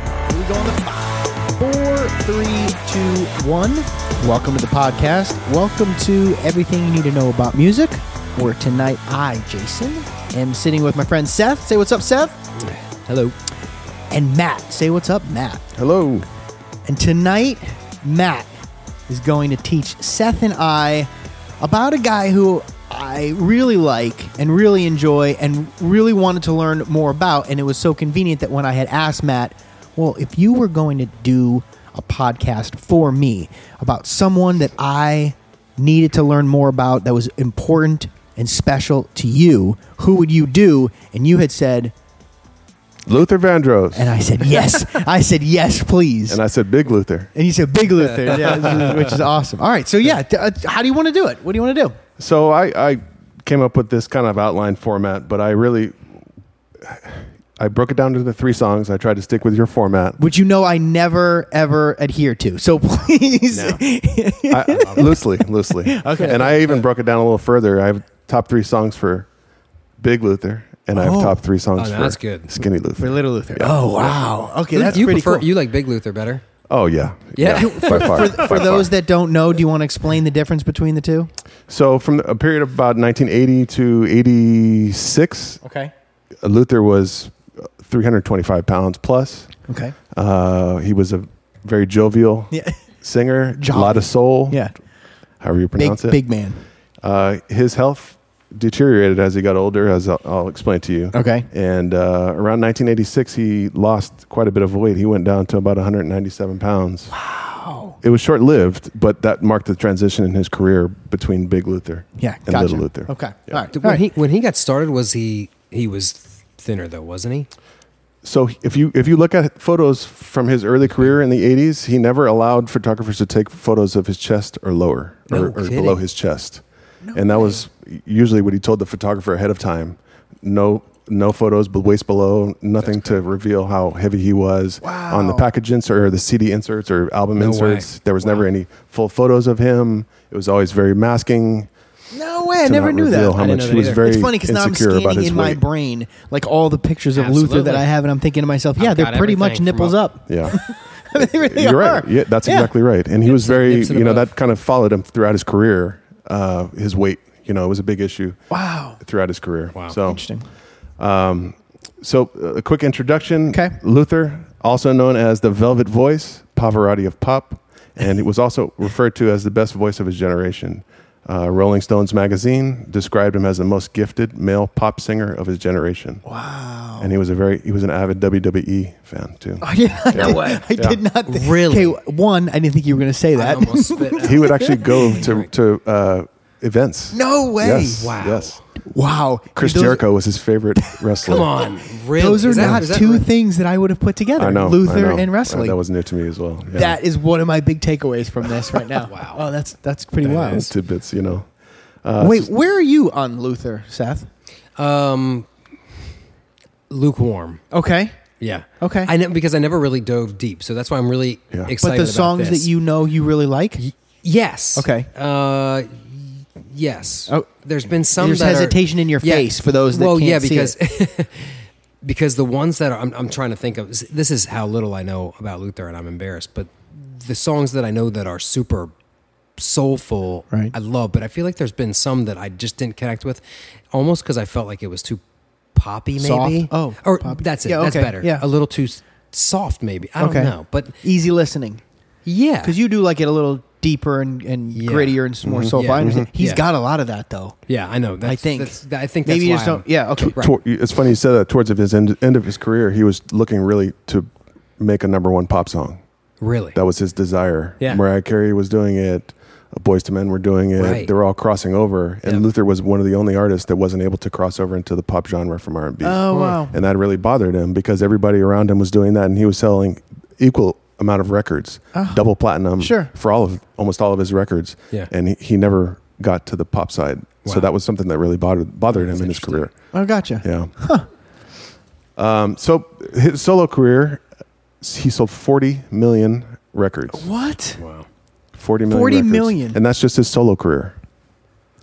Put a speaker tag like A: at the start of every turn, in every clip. A: we go on the five, four, three, two, one. Welcome to the podcast. Welcome to everything you need to know about music. Where tonight I, Jason, am sitting with my friend Seth. Say what's up, Seth. Hello. And Matt. Say what's up, Matt.
B: Hello.
A: And tonight, Matt is going to teach Seth and I about a guy who I really like and really enjoy and really wanted to learn more about. And it was so convenient that when I had asked Matt, well, if you were going to do a podcast for me about someone that I needed to learn more about that was important and special to you, who would you do? And you had said,
B: Luther Vandross.
A: and I said, yes. I said, yes, please.
B: And I said Big Luther.
A: And you said Big Luther, yeah, which is awesome. All right, so yeah, t- uh, how do you want to do it? What do you want to do?
B: So I, I came up with this kind of outline format, but I really I broke it down into the three songs. I tried to stick with your format.
A: Which you know I never ever adhere to. So please,
B: I, loosely, loosely. Okay. And I even broke it down a little further. I have top three songs for Big Luther, and I have top three songs
C: Oh, no,
B: for
C: that's good.
B: Skinny Luther.
A: for Little Luther. Oh wow, okay, that's
C: you
A: pretty
C: prefer
A: cool.
C: you like Big Luther better.
B: Oh yeah,
C: Yeah.
B: by far,
A: for those that don't know, do you want to explain the difference between the two?
B: so from a period of about 1980 to 86,
A: Okay.
B: Luther was 325 pounds plus.
A: Okay.
B: Uh, he was a very jovial
A: Yeah.
B: singer, a
A: Jovial.
B: lot of soul.
A: Yeah.
B: however you
A: Big
B: pronounce it.
A: big man.
B: Uh, his health deteriorated as he got older, as I'll, I'll explain to you.
A: Okay.
B: And uh, around 1986, he lost quite a bit of weight. He went down to about 197 pounds. Wow. It was short lived, but that marked the transition in his career between Big Luther
A: Yeah.
B: and
A: gotcha.
B: Little Luther.
A: Okay. All right.
C: When
A: All right.
C: he when he got started, was he he was thinner though, wasn't he?
B: So if you if you look at photos from his early career in the 80s, he never allowed photographers to take photos of his chest or lower or,
C: No
B: or
C: kidding.
B: below his chest. and that was usually what he told the photographer ahead of time. No no photos but waist below, nothing to reveal how heavy he was on the
A: Wow.
B: package inserts or the CD inserts or album
C: No
B: inserts.
C: way.
B: There was never any full photos of him. It was always very masking.
A: No way. I
B: to
A: never
B: not
A: knew
B: reveal
A: that.
B: How
C: I didn't
B: much he
C: know that
B: was
C: either.
B: very
A: it's funny because now I'm
B: insecure about
A: scanning
B: his
A: in my
B: weight.
A: brain like all the pictures of Luther that
C: Absolutely.
A: I have, and I'm thinking to myself, yeah,
C: I've
A: they're
C: got
A: pretty
C: everything
A: much
C: from
A: nipples
C: up-
A: up.
B: Yeah.
A: I mean, they really
B: You're
A: are.
B: right. Yeah, that's
A: Yeah.
B: exactly right. And he was very,
C: nips it
B: you know,
C: above.
B: that kind of followed him throughout his career. Uh, his weight, you know, it was a big issue
A: Wow.
B: throughout his career.
C: Wow.
B: So,
A: Interesting.
B: so uh, a quick introduction.
A: Okay.
B: Luther, also known as the Velvet Voice, Pavarotti of pop, and he was also referred to as the best voice of his generation. Uh, Rolling Stones magazine described him as the most gifted male pop singer of his generation.
A: Wow.
B: And he was a very, he was an avid WWE fan too.
A: no way. I
B: Yeah.
A: did not think.
C: Really?
A: Okay, one, I didn't think you were going to say
C: I
A: that.
C: almost spit. out.
B: He would actually go to, to uh, events.
A: No way.
B: Yes.
C: Wow.
B: Yes.
A: Wow.
B: Chris
A: Those-
B: Jericho was his favorite wrestler.
C: Come on, really?
A: Those are
C: Is that-
A: not
C: is that
A: two
C: right?
A: things that I would have put together
B: I know.
A: Luther
B: I know.
A: and
B: Uh,
A: wrestling.
B: That was new to me as well. Yeah.
A: That is one of my big takeaways from this right now.
C: Wow.
A: Oh, that's that's pretty
C: That
A: wild.
C: is.
B: tidbits, you know.
A: Wait, where are you on Luther, Seth?
C: Um, lukewarm.
A: Okay.
C: Yeah.
A: Okay.
C: I know because I never really dove deep, so that's why I'm
B: Yeah.
C: really
B: But the
A: But
C: excited.
A: the
C: about
A: songs
C: this.
A: that you know you really like?
C: yes.
A: Okay.
C: Uh, yes.
A: Oh.
C: There's been some
A: There's
C: that are-
A: hesitation in your face for those that
C: well,
A: can't
C: yeah,
A: see
C: because because the ones that are, I'm, I'm trying to think of. This is how little I know about Luther, and I'm embarrassed. But the songs that I know that are super soulful,
A: Right.
C: I love. But I feel like there's been some that I just didn't connect with, almost because I felt like it was too poppy,
A: Soft?
C: maybe.
A: Oh,
C: or
A: poppy.
C: that's it.
A: Yeah,
C: That's
A: okay,
C: better.
A: yeah.
C: a little too s- soft, maybe. I don't
A: Okay.
C: know, but
A: easy listening.
C: yeah,
A: Because you do like it a little deeper and, and
C: Yeah.
A: grittier and
B: Mm-hmm.
A: more soulful.
C: Yeah.
A: I understand. He's
C: Yeah.
A: got a lot of that though.
C: yeah, I know. That's,
A: I think.
C: that's, I think that's
A: Maybe you
C: why
A: just don't.
C: I'm-
A: Yeah. Okay.
C: Right.
B: Tor- it's funny you said that towards of his end, end of his career, he was looking really to make a number one pop song.
C: Really,
B: That was his desire.
C: Yeah.
B: Mariah Carey was doing it. Boys to Men were doing it.
C: Right.
B: They were all crossing over, and
C: Yeah.
B: Luther was one of the only artists that wasn't able to cross over into the pop genre from R and B.
A: Oh wow.
B: and that really bothered him because everybody around him was doing that and he was selling equal amount of records double platinum
A: Ah. Sure.
B: for all of almost all of his records
C: Yeah.
B: and he, he never got to the pop side so
C: Wow.
B: that was something that really bothered bothered him in his
C: interesting.
B: career
A: Oh, gotcha.
B: yeah um, so his solo career he sold 40 million records
A: What?
C: wow.
B: 40 million
A: 40
B: records.
A: million.
B: and that's just his solo career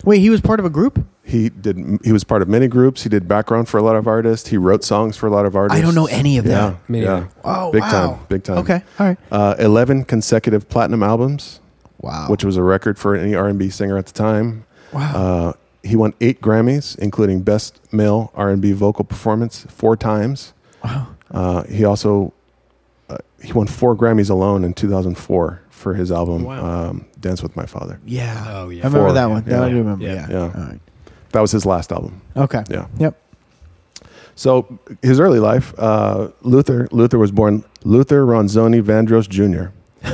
A: Wait, he was part of a group?
B: he He did. He was part of many groups. He did background for a lot of artists. He wrote songs for a lot of artists.
A: I don't know any of
B: Yeah,
A: that.
C: Me
B: yeah.
C: neither.
A: Oh,
B: big
A: wow.
B: time, big time.
A: Okay, all right.
B: Uh, Eleven consecutive platinum albums,
A: Wow.
B: which was a record for any R and B singer at the time.
A: Wow.
B: Uh, he won eight Grammys, including Best Male R and B Vocal Performance four times.
A: Wow.
B: Uh, he also uh, he won four Grammys alone in 2004 for his album
C: Wow.
B: um, "Dance with My Father."
A: Yeah.
C: Oh, yeah.
A: I remember
B: Four,
A: that one.
B: yeah.
A: That I do remember. Yeah.
C: Yeah.
B: Yeah.
A: All right.
B: That was his last album.
A: Okay.
B: Yeah.
A: Yep.
B: So his early life, uh, Luther Luther was born Luther Ronzoni Vandross Jr.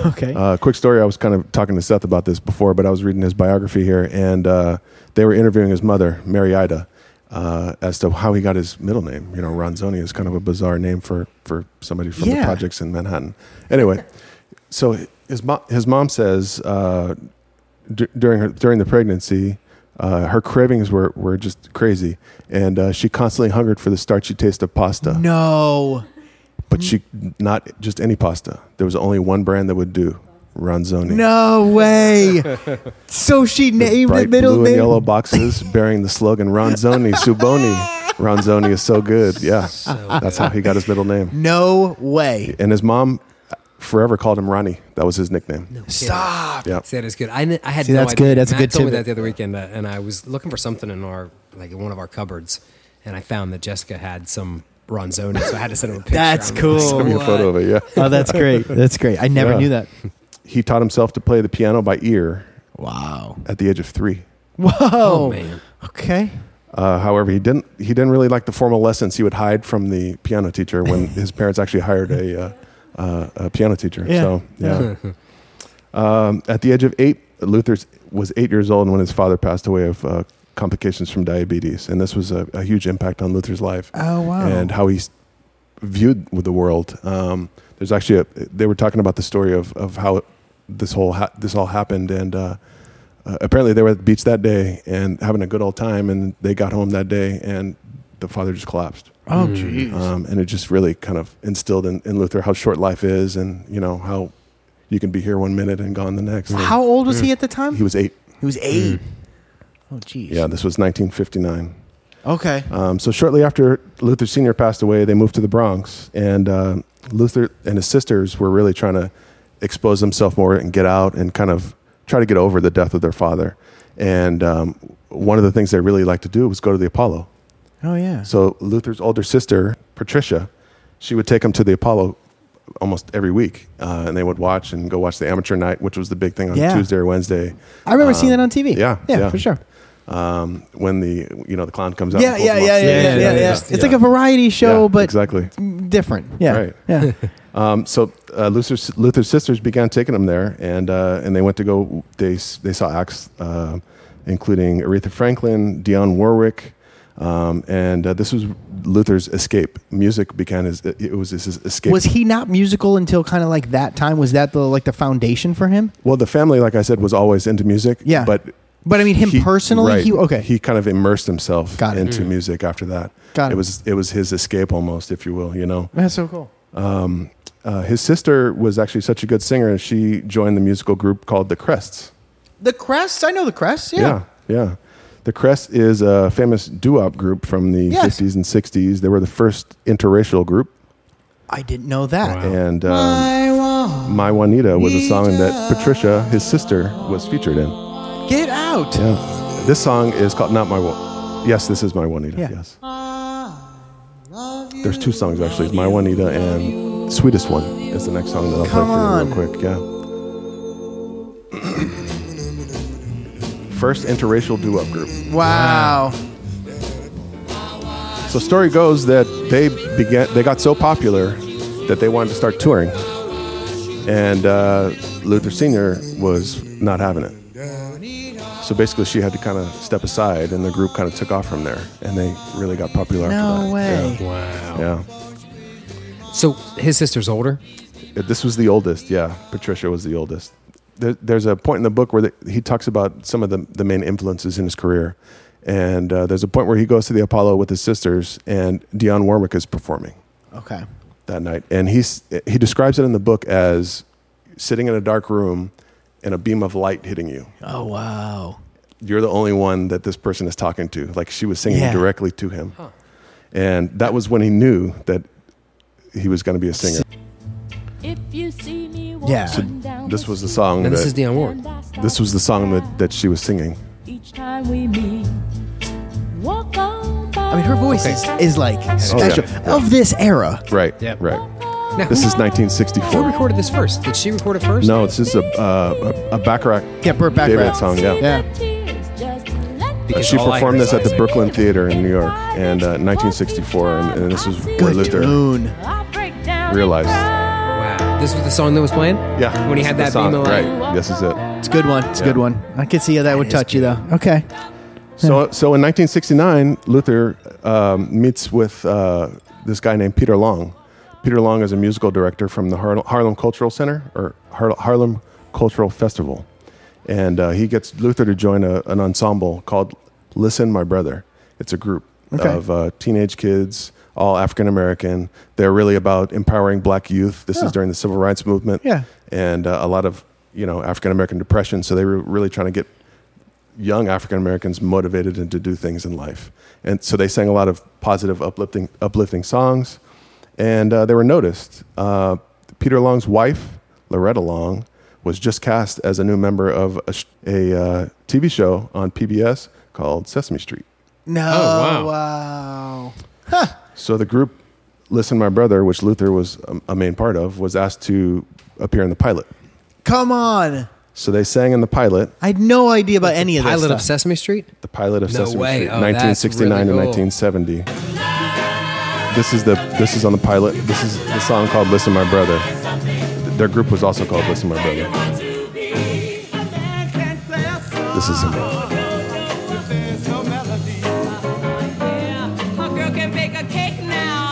A: Okay.
B: Uh, quick story. I was kind of talking to Seth about this before, but I was reading his biography here, and uh, they were interviewing his mother, Mary Ida, uh, as to how he got his middle name. You know, Ronzoni is kind of a bizarre name for for somebody from the
A: Yeah.
B: projects in Manhattan. Anyway, so his mom his mom says uh, d- during her during the pregnancy. Uh, her cravings were, were just crazy, and uh, she constantly hungered for the starchy taste of pasta
A: no.
B: but she not just any pasta. There was only one brand that would do Ronzoni.
A: No way. so she named
B: Bright
A: the middle
B: blue
A: name.
B: and yellow boxes bearing the slogan Ronzoni Suboni. Ronzoni is so good. Yeah. That's how he got his middle name.
A: No way.
B: And his mom forever called him Ronnie. That was his nickname.
A: Stop.
B: Yeah.
C: See, that is good. I, kn- I had
A: See,
C: no
A: that's
C: idea.
A: good. That's a
C: Matt
A: good
C: told me
A: tidbit.
C: that the other weekend, uh, and I was looking for something in our like in one of our cupboards, and I found that Jessica had some Ronzoni, so I had to send her a picture.
A: That's
C: I'm like,
A: cool.
B: Send me a photo of it. Yeah.
A: Oh, that's great. That's great. I never
B: Yeah.
A: knew that.
B: He taught himself to play the piano by ear
A: Wow.
B: at the age of three.
A: Whoa.
C: Oh man,
A: Okay.
B: Uh, however, he didn't. He didn't really like the formal lessons. He would hide from the piano teacher when his parents actually hired a, uh, uh, a piano teacher.
A: Yeah.
B: So yeah. um, at the age of eight, Luther was eight years old when his father passed away of uh, complications from diabetes, and this was a, a huge impact on Luther's life
A: Oh wow.
B: and how he s- viewed with the world. Um, there's actually a, they were talking about the story of, of how it, this whole ha- this all happened, and uh, uh, apparently they were at the beach that day and having a good old time, and they got home that day, and the father just collapsed,
A: oh jeez.
B: um, and it just really kind of instilled in, in Luther how short life is, and you know how you can be here one minute and gone the next.
C: Mm.
A: how old was he at the time?
B: he was eight.
A: He was eight. Oh jeez.
B: Yeah, this was 1959.
A: Okay.
B: Um, so shortly after Luther Sr. passed away, they moved to the Bronx, and uh, Luther and his sisters were really trying to expose themselves more and get out and kind of try to get over the death of their father. And um, one of the things they really liked to do was go to the Apollo.
A: Oh yeah.
B: So Luther's older sister, Patricia, she would take him to the Apollo almost every week, uh, and they would watch and go watch the amateur night, which was the big thing on
A: Yeah.
B: Tuesday or Wednesday.
A: I remember seeing
B: um,
A: that on TV.
B: yeah,
A: Yeah,
B: yeah.
A: for sure.
B: Um, when the you know the clown comes out,
A: Yeah,
B: and pulls
A: yeah,
B: him off
A: yeah, yeah,
B: stage.
A: yeah, yeah,
C: yeah, yeah, yeah.
A: It's like a variety show,
B: Yeah,
A: but
B: exactly.
A: different. Yeah.
B: Right.
A: Yeah.
B: Um, so uh, Luther's, Luther's sisters began taking them there, and uh, and they went to go. They s- they saw acts uh, including Aretha Franklin, Dionne Warwick, um, and uh, this was Luther's escape. Music began his it was his escape.
A: was he not musical until kind of like that time? Was that the like the foundation for him?
B: well, the family, like I said, was always into music.
A: Yeah.
B: but
A: But I mean, him
B: he-
A: personally,
B: right,
A: he okay.
B: He kind of immersed himself
A: Got it. Mm.
B: into music after that.
A: Got it.
B: It was it was his escape almost, if you will. You know.
A: That's so cool.
B: um, uh, his sister was actually such a good singer, and she joined the musical group called the Crests.
A: The Crests, I know the Crests. Yeah.
B: yeah. yeah. The Crest is a famous doo-wop group from the
A: Yes.
B: 50s and 60s. They were the first interracial group,
A: I didn't know that.
C: Wow.
B: and um,
A: I won't
B: "My Juanita" was a song that Patricia, his sister, was featured in.
A: get out.
B: Yeah. This song is called "Not My Juanita." Yes, this is "My Juanita."
A: Yeah.
B: Yes. There's two songs actually. It's "My Juanita" and "Sweetest One" is the next song that I'll
A: Come on.
B: play for you real quick. Yeah. First interracial doo-wop group.
A: Wow.
B: So story goes that they began they got so popular that they wanted to start touring, and uh, Luther Senior was not having it. So basically, she had to kind of step aside, and the group kind of took off from there, and they really got popular. after
A: No
B: that.
A: way.
C: wow.
B: Yeah.
C: So his sister's older.
B: Yeah. This was the oldest. Yeah, Patricia was the oldest. There, there's a point in the book where the, he talks about some of the, the main influences in his career, and uh, there's a point where he goes to the Apollo with his sisters, and Dionne Warwick is performing.
A: Okay.
B: that night, and he's he describes it in the book as sitting in a dark room and a beam of light hitting you,
A: Oh wow.
B: you're the only one that this person is talking to. Like she was singing
A: Yeah.
B: directly to him. And that was when he knew that he was going to be a singer.
D: If you see me walking
A: Yeah. So
D: down
B: This was the
D: street
B: song
C: Now,
B: that
C: this is Dionne Warwick.
D: and I stop
B: this was the song that, that she was singing.
D: Each time we meet, walk on by
A: I mean, her voice is, is like special
B: Oh, yeah.
A: of this era.
B: Right.
C: Yep.
B: Right.
C: Now,
B: This
C: who-
B: is
C: who
B: 1964.
C: recorded this first? Did she record it first?
B: No, it's just a uh, a, a Bacharach
A: Yeah, Burt
B: David
A: Bacharach.
B: song. Yeah.
A: Yeah.
B: Uh,
D: Because
B: she
C: all I
B: performed
C: heard
B: this at the
C: is-
B: Brooklyn Theater in New York, and uh, 1964, and, and this is where
A: Good
B: Luther.
A: tune.
B: Realized.
C: Wow. This was the song that was playing?
B: Yeah,
C: When he
B: this
C: had
B: is the song,
C: that beam of light.
B: right? This is it.
A: It's a good one. It's a
B: Yeah.
A: good one. I could see how that, would
C: is
A: touch you
C: good.
A: though. Okay.
B: So, so in 1969, Luther um, meets with uh, this guy named Peter Long. Peter Long is a musical director from the Har- Harlem Cultural Center or Har- Harlem Cultural Festival, and uh, he gets Luther to join a, an ensemble called Listen, My Brother. It's a group
A: Okay.
B: of uh, teenage kids, all African American. They're really about empowering Black youth. This
A: Yeah.
B: is during the Civil Rights Movement,
A: Yeah.
B: and uh, a lot of you know African American depression. So they were really trying to get young African Americans motivated and to do things in life. And so they sang a lot of positive, uplifting, uplifting songs, and uh, they were noticed. Uh, Peter Long's wife, Loretta Long, was just cast as a new member of a, sh- a uh, TV show on PBS called Sesame Street.
A: No.
C: Oh, wow.
A: wow.
B: So the group Listen My Brother, which Luther was a, a main part of, was asked to appear in the pilot.
A: Come on.
B: So they sang in the pilot,
A: I had no idea about any of this.
C: Pilot of
A: stuff.
C: Sesame Street?
B: the pilot of
C: No
B: Sesame
C: way.
B: Street,
C: Oh, that's
B: 1969
C: really
B: to
C: cool.
B: 1970. This is the this is on the pilot. This is the song called "Listen, My Brother." Their group was also called "Listen, My Brother." This is him.
E: My girl can bake a cake now.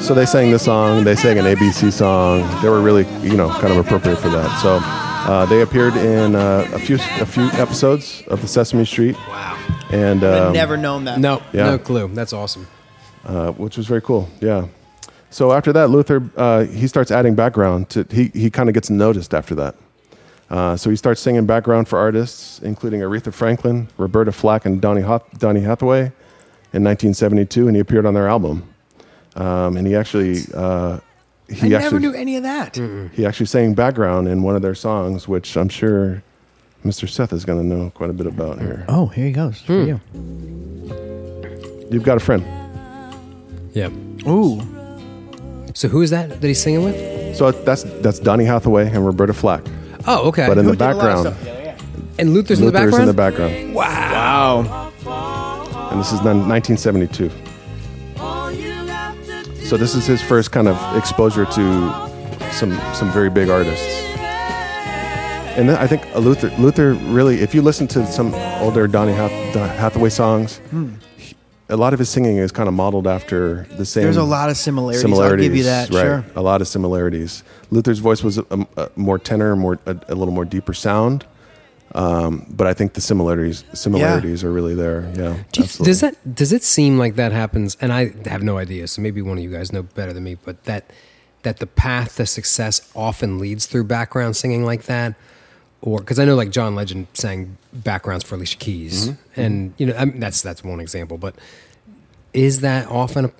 B: So they sang the song. They sang an ABC song. They were really you know kind of appropriate for that. So uh, they appeared in uh, a few a few episodes of the Sesame Street. Wow. And um,
A: Never known that.
C: No.
B: Yeah.
C: No clue. That's awesome.
B: uh, which was very cool. Yeah. So after that, Luther uh, he starts adding background to he he kind of gets noticed after that. Uh, so he starts singing background for artists, including Aretha Franklin, Roberta Flack, and Donny, Hath- Donny Hathaway in 1972, and he appeared on their album. Um, and he actually uh,
A: I
B: he
A: never
B: actually
A: knew any of that.
B: he actually sang background in one of their songs, which I'm sure Mr. Seth is going to know quite a bit about here.
A: Oh, here he goes. For you.
B: You've got a friend.
C: Yeah.
A: Ooh.
C: So who is that that he's singing with?
B: So that's that's Donny Hathaway and Roberta Flack,
C: Oh, okay.
B: but in
A: Who
B: the
A: did a lot of
B: background.
A: stuff together, yeah.
C: and Luther's, in the
B: Luther's
C: background?
B: in the background.
A: Wow.
B: And this is done 1972. So this is his first kind of exposure to some some very big artists. And then I think Luther Luther really, if you listen to some older Donny Hath- Don- Hathaway songs,
A: Hmm.
B: he- a lot of his singing is kind of modeled after the same.
A: There's a lot of similarities. I'll give you that.
B: right?
A: Sure.
B: A lot of similarities. Luther's voice was a, a more tenor, more a, a little more deeper sound. Um, but I think the similarities similarities are really there. Yeah.
C: Do you-
B: absolutely.
C: does that does it seem like that happens? And I have no idea, so maybe one of you guys know better than me. But that that the path to success often leads through background singing like that, or because I know like John Legend sang backgrounds for Alicia Keys,
A: Mm-hmm.
C: and you know I mean, that's that's one example. But is that often a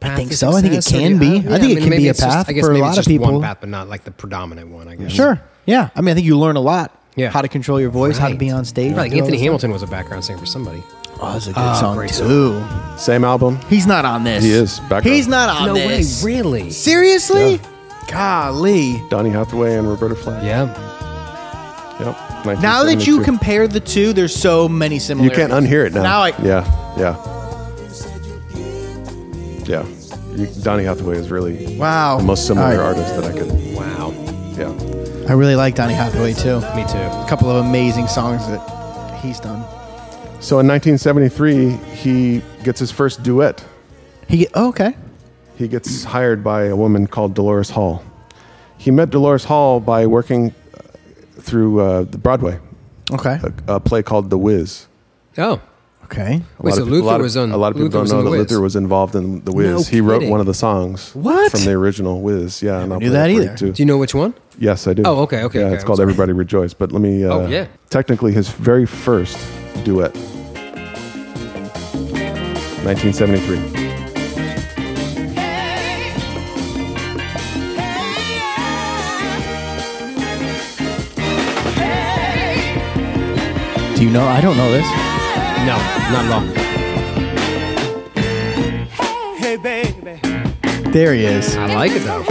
C: path
A: think
C: to
A: so. I think it
C: success, or
A: can
C: do you-
A: be.
C: uh,
A: I think it can
C: maybe
A: be a
C: it's just-
A: path
C: I guess
A: for a
C: maybe it's
A: lot of
C: just
A: people.
C: One path, but not like the predominant one. I guess
A: Sure. Yeah. I mean, I think you learn a lot.
C: Yeah.
A: How to control your voice, how to
C: Right.
A: be on stage.
C: Right,
A: do all
C: Anthony
A: this
C: Hamilton was a background singer for somebody.
A: stuff. Oh, that's a good
C: Ah,
A: song
C: great
A: too.
B: Same album.
A: He's not on this.
B: He is background.
A: He's not on
C: no
A: this.
C: way, really?
A: Seriously?
B: Yeah.
A: Golly.
B: Donny Hathaway and Roberta Flack.
C: Yeah.
B: Yep.
A: Now that you
B: 1972.
A: compare the two, there's so many
B: you
A: similarities.
B: can't unhear it now.
A: Now I-
B: yeah, yeah, yeah. You, Donny Hathaway is really
A: Wow.
B: the most similar
A: All right.
B: artist that I could.
C: Wow.
B: Yeah,
A: I really like Donny Hathaway too.
C: Me too.
A: A couple of amazing songs that he's done.
B: So in 1973, he gets his first duet.
A: He oh, okay.
B: He gets hired by a woman called Dolores Hall. He met Dolores Hall by working uh, through uh, the Broadway,
A: Okay.
B: a, a play called The Wiz.
C: Oh,
A: Okay.
B: A lot
C: Wait, so
B: of peop- a
C: Luther
B: lot of-
C: was on-
B: A lot of people
C: Luther
B: don't
C: was
B: know
C: on
B: that
C: The Wiz.
B: Luther was involved in the Wiz. he wrote
C: kidding.
B: one of the songs
A: What?
B: from the original Wiz. Yeah, and I'll
A: knew
B: play
A: that
B: it for you,
A: either.
B: too.
C: Do you know which one?
B: Yes, I do.
C: Oh, okay, okay,
B: Yeah,
C: okay,
B: it's
C: I'm
B: called
C: sorry.
B: Everybody Rejoice. But let me. Uh,
C: Oh, yeah.
B: Technically, his very first duet, 1973.
A: Do you know? I don't know this.
C: No, not at all.
A: There he is.
C: I like it though.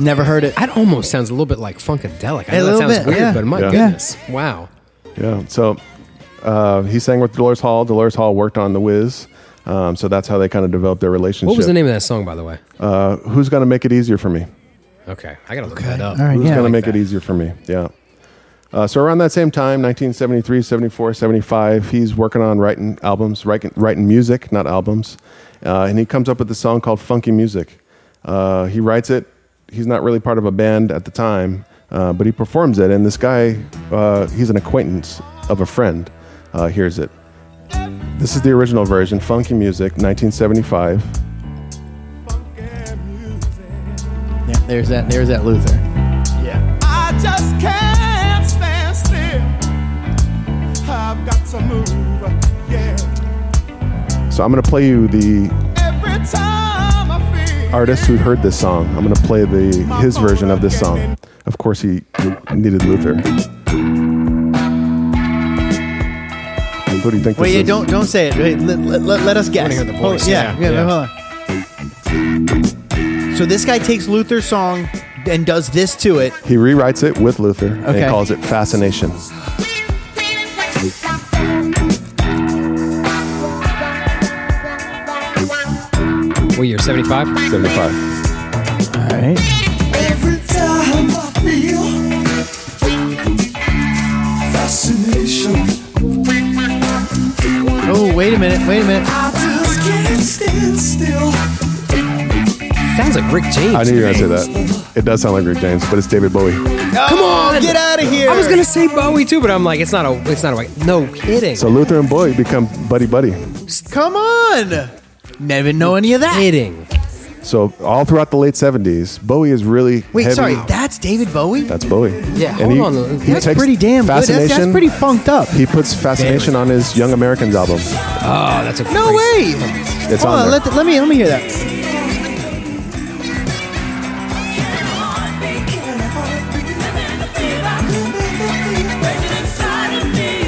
A: Never heard it.
C: That almost sounds a little bit like funkadelic. I
A: A
C: know that
A: little
C: sounds
A: bit,
C: weird,
A: yeah.
C: but my
B: Yeah.
C: goodness, wow.
B: Yeah. So uh, he sang with Dolores Hall. Dolores Hall worked on the Wiz. Um, so that's how they kind of developed their relationship.
C: What was the name of that song, by the way?
B: Uh, Who's gonna make it easier for me?
C: Okay, I gotta look that up.
A: All right.
B: Who's
A: Yeah.
B: going to make
C: that.
B: it easier for me? Yeah. Uh, so around that same time, 1973, 74, 75, he's working on writing albums, writing, writing music, not albums. Uh, and he comes up with a song called Funky Music. Uh, he writes it. He's not really part of a band at the time, uh, but he performs it. And this guy, uh, he's an acquaintance of a friend, uh, hears it. This is the original version, Funky Music, 1975.
A: Yeah, There's that. There's that Luther.
F: I just can't stand still. I've got to move, yeah.
B: So I'm going to play you the
F: Every time I feel
B: artist who heard this song. I'm gonna play the his version of this song. Of course, he needed Luther. Who do you think this
A: Wait, yeah,
B: is?
A: don't don't say it. Wait, let, let, let, let us guess.
C: hear the
A: Hold-
C: voice.
A: yeah, yeah,
C: Yeah, yeah.
A: Hold on. So this guy takes Luther's song and does this to it.
B: He rewrites it with Luther
A: Okay.
B: and calls it Fascination.
C: What year? Seventy
B: 75.
C: five.
A: All right.
F: every time I feel fascination.
A: Oh, wait a minute. Wait a minute.
F: I just can't stand still.
C: Sounds like Rick James.
B: I knew you were gonna say that. It does sound like Rick James, but it's David Bowie.
A: Come on, get out of here.
C: I was gonna say Bowie too, but I'm like, it's not a, it's not a. No kidding.
B: So Luther and Bowie become buddy buddy.
A: Come on. Never know any of that.
C: kidding.
B: So all throughout the late 70s, Bowie is really
A: Wait,
B: heavy-
A: sorry. That's David Bowie.
B: That's Bowie.
C: Yeah, hold on.
A: That's pretty damn good. That's, that's
B: Fascination-
A: pretty funked up.
B: He puts Fascination on his Young Americans album.
C: Oh, that's a.
A: No
C: great-
A: way. Hold
B: It's on
A: on.
B: there.
A: Let, the- let me let me hear that.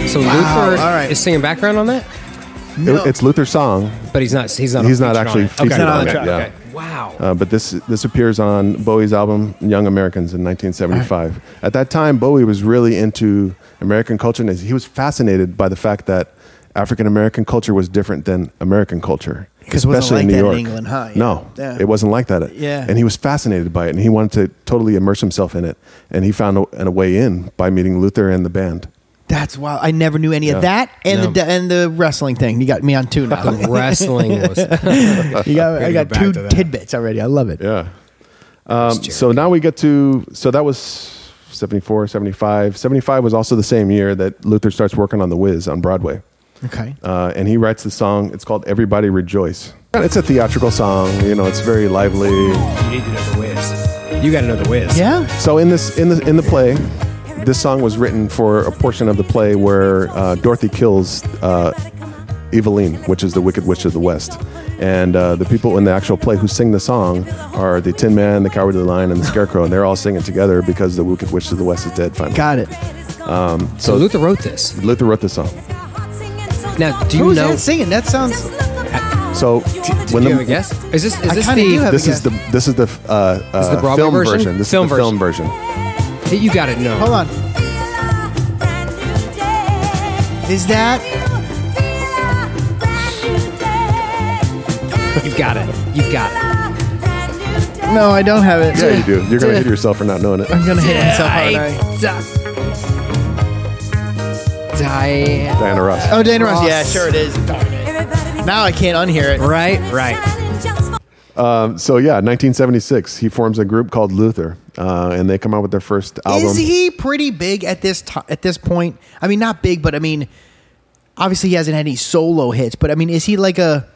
C: So
A: Wow,
C: Luther
A: all right.
C: is singing background on that,
A: No.
B: It, it's Luther's song,
C: but he's not. He's not.
B: He's not
C: featured
B: actually
C: on it.
B: featured
C: Okay.
A: on it,
B: yeah.
C: Okay. Wow.
B: Uh, but this this appears on Bowie's album Young Americans in 1975. At that time, Bowie was really into American culture, and he was fascinated by the fact that African American culture was different than American culture,
A: 'Cause it wasn't
B: especially
A: like
B: in New
A: that in
B: York.
A: England, huh? Yeah.
B: No,
A: Yeah.
B: it wasn't like that.
A: Yeah.
B: and he was fascinated by it, and he wanted to totally immerse himself in it. And he found a, a way in by meeting Luther and the band.
A: That's wild. I never knew any of that and
C: No.
A: the and the wrestling thing. You got me on two now.
C: The wrestling
B: Um,
C: was.
A: you got, I
C: We're
A: got
C: gonna go back
A: two
C: to that.
A: tidbits already. I love it.
B: Yeah. Um, so now we get to, so that was 74, 75. 75 was also the same year that Luther starts working on The Wiz on Broadway.
A: Okay.
B: Uh, and he writes the song, it's called Everybody Rejoice. And It's a theatrical song, you know, it's very lively.
C: You need to know the Wiz. You got to know the Wiz.
A: yeah.
B: So in this, in the, in the play, this song was written for a portion of the play where uh, Dorothy kills uh, Eveline, which is the Wicked Witch of the West. And uh, the people in the actual play who sing the song are the Tin Man, the Cowardly Lion, and the Scarecrow, and they're all singing together because the Wicked Witch of the West is dead finally.
A: Got it.
B: so
C: So Luther wrote this.
B: Luther wrote the song.
C: Now, do you
A: Who's
C: know?
A: that singing? That sounds.
B: So when
C: Do you
B: the
C: have a guess? Is this is
A: I
C: this
A: kinda do
C: the?
A: have-
B: this is the this is the uh, uh,
C: the Broadway
B: film
C: version?
B: This
C: Film
B: is the film version.
C: You got to know.
A: Hold on. Is that?
C: You've got it. You've got it.
A: No, I don't have it.
B: Yeah, you do. You're gonna hit yourself for not knowing it.
A: I'm gonna hit myself. aren't I?
C: Diane.
B: Diana Ross.
A: Oh, Dana Ross.
C: Ross.
A: Yeah, sure it is. Darn it. Now I can't unhear it.
C: Right, right.
B: So yeah, 1976, he forms a group called Luther, uh, and they come out with their first album.
A: Is he pretty big at this ti at this point? I mean, not big, but I mean, obviously he hasn't had any solo hits. But I mean, is he like a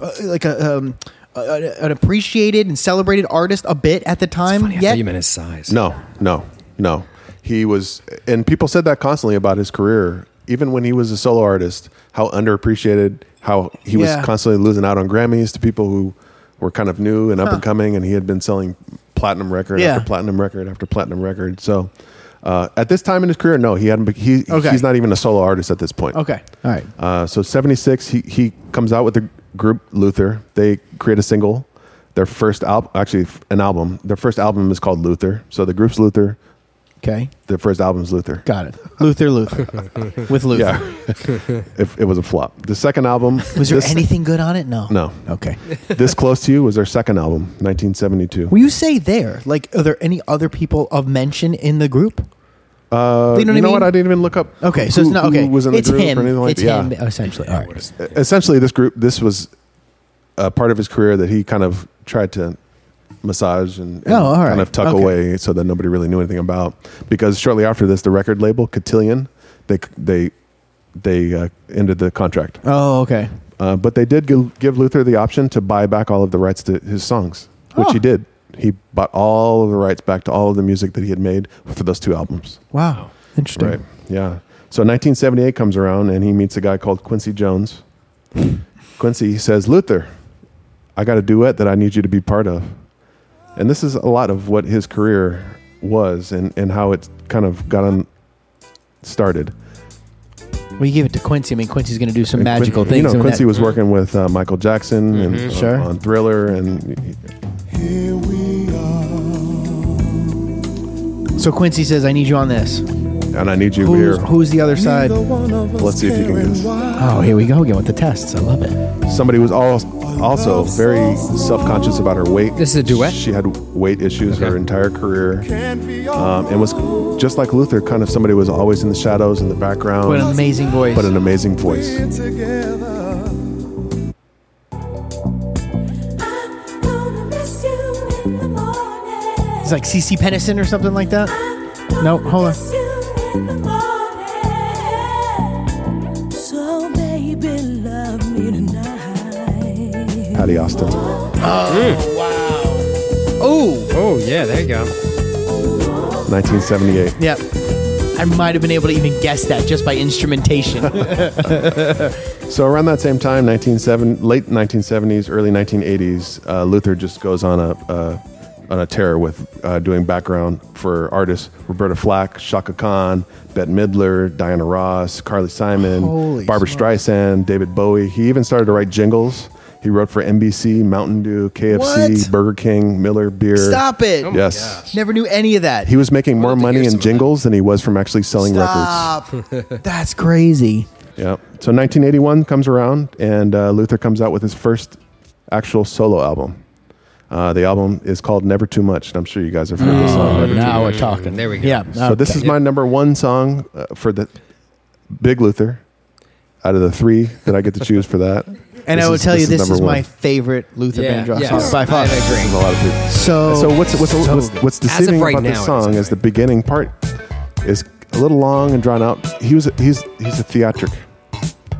A: uh, like a um, a- a- an appreciated and celebrated artist a bit at the time?
C: Funny, I
A: yet?
C: thought you meant his size.
B: No, no, no. He was, and people said that constantly about his career, even when he was a solo artist, how underappreciated, how he
A: Yeah.
B: was constantly losing out on Grammys to people who were kind of new and up and coming, and he had been selling platinum record
A: Yeah.
B: after platinum record after platinum record. So, uh, at this time in his career, no, he hadn't. be- He,
A: Okay.
B: he's not even a solo artist at this point.
A: Okay. All right.
B: Uh, so 76, he, he comes out with the group Luther. They create a single. Their first album, actually f- an album. Their first album is called Luther. So the group's Luther.
A: Okay.
B: Their first album's Luther.
A: Got it. Luther, Luther, with Luther.
B: Yeah. if it was a flop. The second album.
A: Was there
B: this,
A: anything good on it? No.
B: No.
A: Okay.
B: this Close to You was their second album, 1972.
A: Will you say there? Like, are there any other people of mention in the group? Uh, you know what I mean?
B: I didn't even look up.
A: okay,
B: who-
A: so it's not
B: who
A: okay.
B: Was in the
A: it's
B: group
A: him.
B: or anything like
A: it's
B: that. Yeah.
A: him, essentially. All right.
B: essentially this group this was a part of his career that he kind of tried to massage and, and
A: Oh, all right.
B: kind of tuck
A: Okay.
B: away so that nobody really knew anything about because shortly after this the record label cotillion they they they uh, ended the contract
A: Oh, okay.
B: uh, but they did give, give luther the option to buy back all of the rights to his songs which
A: Oh.
B: he did he bought all of the rights back to all of the music that he had made for those two albums
A: Wow. Interesting.
B: Right. Yeah. So 1978 comes around and he meets a guy called Quincy Jones. Quincy says, Luther, I got a duet that I need you to be part of. And this is a lot of what his career was and, and how it kind of got on started.
A: Well, you give it to Quincy. I mean, Quincy's going to do some
B: And
A: magical
B: Quin-
A: things.
B: You know,
A: and
B: Quincy
A: that-
B: was working with uh, Michael Jackson and, uh,
A: Sure.
B: on Thriller. And
F: Here we are.
A: So Quincy says, "I need you on this."
B: and I need you
A: Who's,
B: here.
A: who's the other side?
F: Neither one of us
B: Let's see if you can do
F: caring
B: this.
F: why.
A: Oh, here we go again with the tests. I love it.
B: Somebody was al- also very self conscious about her weight.
C: This is a duet?
B: She had weight issues her
C: Okay.
B: entire career.
F: Can't be
B: um, and was just like Luther, kind of somebody who was always in the shadows in the background,
A: What an amazing voice.
B: but an amazing voice.
F: all together.
A: It's like CC Pennison or something like that. No, hold on.
G: So baby, love me tonight.
B: Patty Austin.
A: Oh,
C: Oh yeah, there you go.
B: 1978.
A: yeah. I might have been able to even guess that just by instrumentation.
B: So around that same time, 1970, late 1970s, early 1980s, uh, Luther just goes on a uh, on a tear with uh, doing background for artists Roberta Flack, Shaka Khan, Bette Midler, Diana Ross, Carly Simon,
A: Holy
B: Barbara Streisand, David Bowie. He even started to write jingles. He wrote for NBC, Mountain Dew, KFC,
A: What?
B: Burger King, Miller Beer.
A: Stop it.
B: Yes.
A: Never knew any of that.
B: He was making more
C: love to hear
B: money
C: some
B: in
C: of that.
B: jingles than he was from actually selling
A: Stop. That's crazy.
B: records. Yeah. So 1981 comes around, and uh, Luther comes out with his first actual solo album. Uh, the album is called "Never Too Much," and I'm sure you guys have heard
C: Mm.
B: this song. Never Too
A: Oh, now we're talking.
C: There we go.
A: Yeah.
B: So this
A: okay.
B: is my number one song uh, for the Big Luther. Out of the three that I get to choose for that,
A: And
B: this
A: I will
B: is-
A: tell
B: this
A: you,
B: is
A: this is,
B: number one.
A: my favorite Luther
C: Yeah,
A: Vandross
C: yeah.
A: song by far.
C: I agree.
B: There's a lot of people.
A: So,
B: So what's what's what's, what's
C: As of
B: deceiving
C: right
B: about
C: now,
B: this
C: it
B: song
C: is,
B: is the
C: right?
B: beginning part is a little long and drawn out. He was a, he's he's a theatric.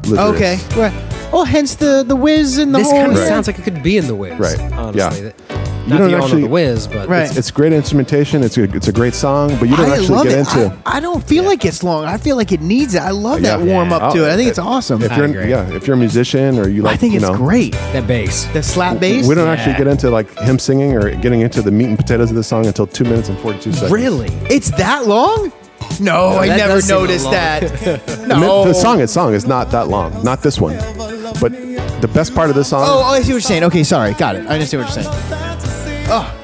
B: Luther
A: okay?
B: is.
A: Right. Oh, hence the the whiz and the
C: This
A: whole.
C: kind of
B: Right.
C: sounds like it could be in the Wiz.
B: Right.
C: Honestly,
B: Yeah.
C: That-
B: You
C: not
B: don't
C: the honor of
B: actually-
C: the Wiz, but
A: Right.
B: It's, it's great instrumentation. It's a, it's a great song, but you don't
A: I
B: actually
A: love
B: get
A: it.
B: into.
A: I, I don't feel like it's long. I feel like it needs it. I love that
B: Yeah.
A: warm up
B: Oh,
A: to it. I think it's awesome.
B: If
A: I,
B: you're
C: agree.
B: yeah, if you're a musician or you like,
A: think
B: you
A: it's
B: know,
A: great.
C: that bass.
A: The slap bass.
B: We don't actually get into like him singing or getting into the meat and potatoes of the song until two minutes and forty two seconds.
C: Really?
A: It's that long? No, I
C: that
A: never
C: does seem
A: noticed
C: long.
A: that.
B: I mean,
A: no.
B: The song is song is not that long. Not this one, but the best part of the song.
A: Oh, oh, I see what you're saying. Okay, sorry. Got it. I understand what you're saying.
B: Ah.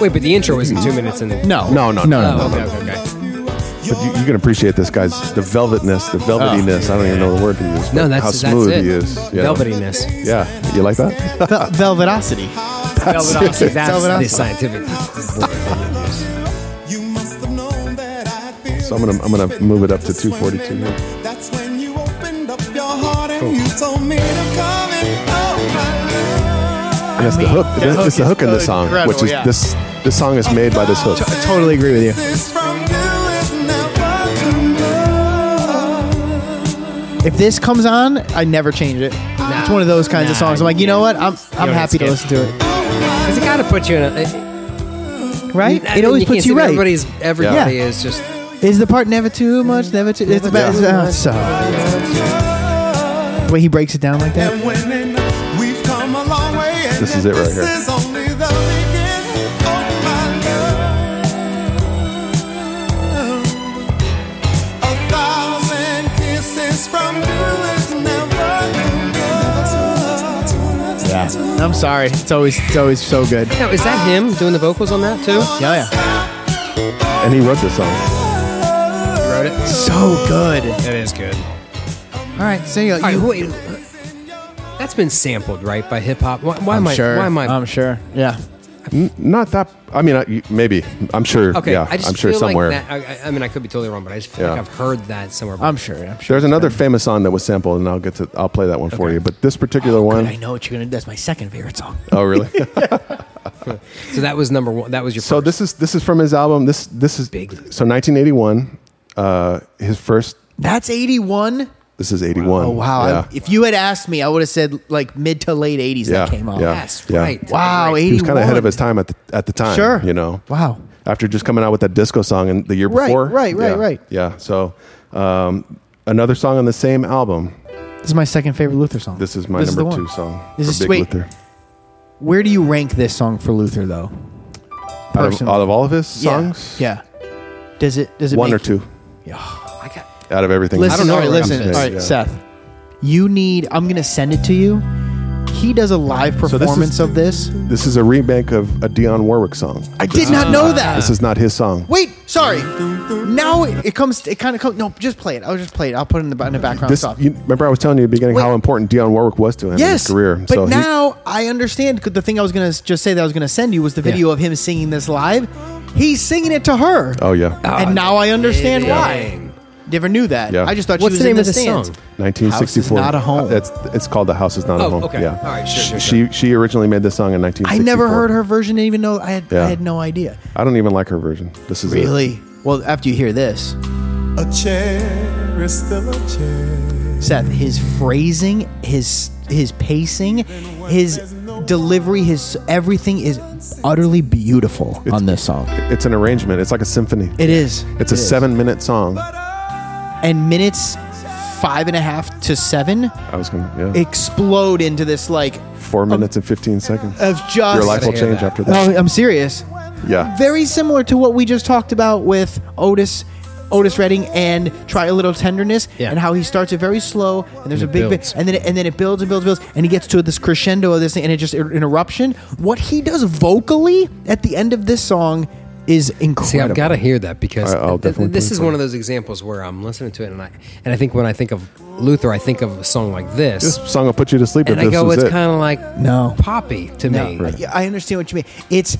C: Wait, but the intro isn't two minutes and
A: No.
B: No, no,
A: no,
B: no,
A: no.
C: Oh, okay, okay, okay.
B: But you, you can appreciate this guy's the velvetness, the velvetiness. I don't even know the word to use.
C: No,
B: but
C: that's
B: how
C: that's
B: smooth
C: it.
B: he is. Yeah.
C: Velvetiness.
B: Yeah, you like that?
A: Vel- Velvetosity.
C: Velvetinous.
A: it.
C: That's the
A: Velvetinous.
C: scientific word.
F: You must have known that I feel
B: So I'm gonna- I'm gonna move it up to 242 here.
F: That's when you opened up your heart and you told me to come and oh my love.
B: That's the hook.
A: the
B: It's
A: hook
B: the hook in the
A: is
B: song,
A: incredible,
B: which is
A: yeah.
B: this This song is made by this hook.
A: I totally agree with you.
F: This from you is never enough.
A: If this comes on, I never change it. it's one of those kinds of
C: Nah,
A: songs. I'm like, you know what? I'm I'm
C: don't
A: happy to listen
C: skip.
A: to it.
C: It's got to put you in a.
A: Right?
C: I
A: it
C: mean,
A: always
C: can't
A: puts
C: see
A: you
C: that
A: right.
C: Everybody's everybody
A: Yeah.
C: is just
A: Is the part never too much? Never too. it's about. It's, oh, it's so. The way he breaks it down like that.
F: And winning, we've come a long way. And
B: This is it right
F: this
B: here.
F: is only the beginning of my love. A thousand kisses from you is never enough.
A: Yeah. I'm sorry. It's always it's always so good.
C: Now, oh, is that him doing the vocals on that too?
A: Yeah, yeah.
B: And he wrote this song.
C: Wrote it.
A: So good.
C: That is good.
A: All right. So you.
C: All right,
A: you
C: wait. That's been sampled, right, by hip hop. Why, why
A: I'm
C: am I?
A: sure.
C: Why am I?
B: Um,
A: I'm sure. Yeah.
B: Not that. I mean, I, you- maybe. I'm sure.
C: okay,
B: yeah,
C: I just
B: I'm sure
C: feel
B: somewhere.
C: Like that, I- I, I mean, I could be totally wrong, but I just feel like
B: Yeah. Um,
C: I've heard that somewhere.
A: I'm sure. I'm sure.
B: There's another famous song that was sampled, and I'll get to. I'll play that one for
C: Okay.
B: you. But this particular
A: Oh, Good,
B: one
A: I know what you're gonna. That's my second favorite song.
B: oh really?
C: so that was number one. That was your.
B: so
C: first.
B: this is this is from his album. This this is
C: Big.
B: So 1981. Uh, his first.
A: That's 81.
B: This is 81.
A: Oh wow!
B: Yeah.
A: I, if you had asked me, I would have said like mid to late 80s
B: Yeah,
A: that came out.
B: yeah.
C: Yes,
B: Yeah.
C: right.
A: Wow,
C: right.
B: he was kind of ahead
A: 81.
B: of his time at the at the time.
A: Sure.
B: You know.
A: Wow.
B: after just coming out with that disco song in the year
A: Right,
B: before.
A: right, right,
B: yeah,
A: right.
B: Yeah. So um, another song on the same album.
A: This is my second favorite Luther song.
B: This is my
A: the
B: number two
A: one.
B: song.
A: This
B: for
A: is
B: Big
A: wait,
B: Luther.
A: Where do you rank this song for Luther though?
B: Out of,
A: personally.
B: out of all of his
A: Yeah,
B: songs,
A: Yeah. Does it? Does it?
B: one
A: make
B: or two
C: I got,
B: out of everything.
A: Listen,
C: I don't know
A: all right,
C: where I'm
A: listen. All
B: sitting.
A: right,
B: Yeah.
A: Seth. You need. I'm gonna send it to you. He does a live
B: this is-
A: performance of this.
B: This is a remake of a Dionne Warwick song.
A: I did not know that.
B: This is not his song.
A: Wait, sorry. Now it, it comes. It kind of comes. No, just play it. I'll just play it. I'll put it in the, in the background.
B: This,
A: stuff.
B: you, remember, I was telling you at the beginning
A: Wait.
B: how important Dionne Warwick was to him in his
A: Yes,
B: career.
A: But
B: so he-
A: now I understand. 'cause The thing I was gonna s- just say that I was gonna send you was the video of him singing this live. He's singing it to her,
B: oh yeah,
A: and now I understand
C: dang.
A: why. Never knew that.
B: Yeah.
A: I just thought
C: What's
A: she was
C: the name
A: in
C: of this
A: stands.
C: song?
B: 1964.
A: House is Not a Home.
B: That's it's called "The House Is Not a
C: Oh,
B: Home."
C: okay.
B: Yeah.
C: All right, sure, sure,
B: She she originally made this song in 1964.
A: I never heard her version, even though I had
B: Yeah.
A: I had no idea.
B: I don't even like her version. This is it.
A: Really? Well, after you hear this,
F: A chair is still a chair.
A: Seth, his phrasing, his his pacing, his delivery, his everything is utterly beautiful on this song.
B: It's an arrangement. It's like a symphony.
A: It is.
B: It's
A: It
B: a
A: is.
B: seven-minute song.
A: and minutes five and a half to seven
B: I was gonna yeah.
A: explode into this like
B: Four minutes and fifteen seconds.
A: of just
B: Your life will
C: Gotta hear
B: change
C: that.
B: after that.
A: no i'm serious
B: yeah.
A: very similar to what we just talked about with otis otis redding and try a little tenderness
C: Yeah.
A: and how he starts it very slow and there's
C: And
A: a
C: it
A: big bit
C: builds.
A: and then it, and then it builds and builds and builds and he gets to this crescendo of this thing and it just an eruption what he does vocally at the end of this song is incredible
C: See, I've got to hear that because
B: I- I'll
C: th- th-
B: definitely
C: this
B: play
C: is
B: for
C: one
B: you.
C: of those examples where I'm listening to it, and I and I think when I think of Luther, I think of a song like this,
B: This song will put you to sleep
C: and
B: if
C: I
B: this
C: go,
B: was
C: it's
B: it.
C: kind of like
A: No.
C: poppy to
A: No,
C: me.
A: I- I understand what you mean. It's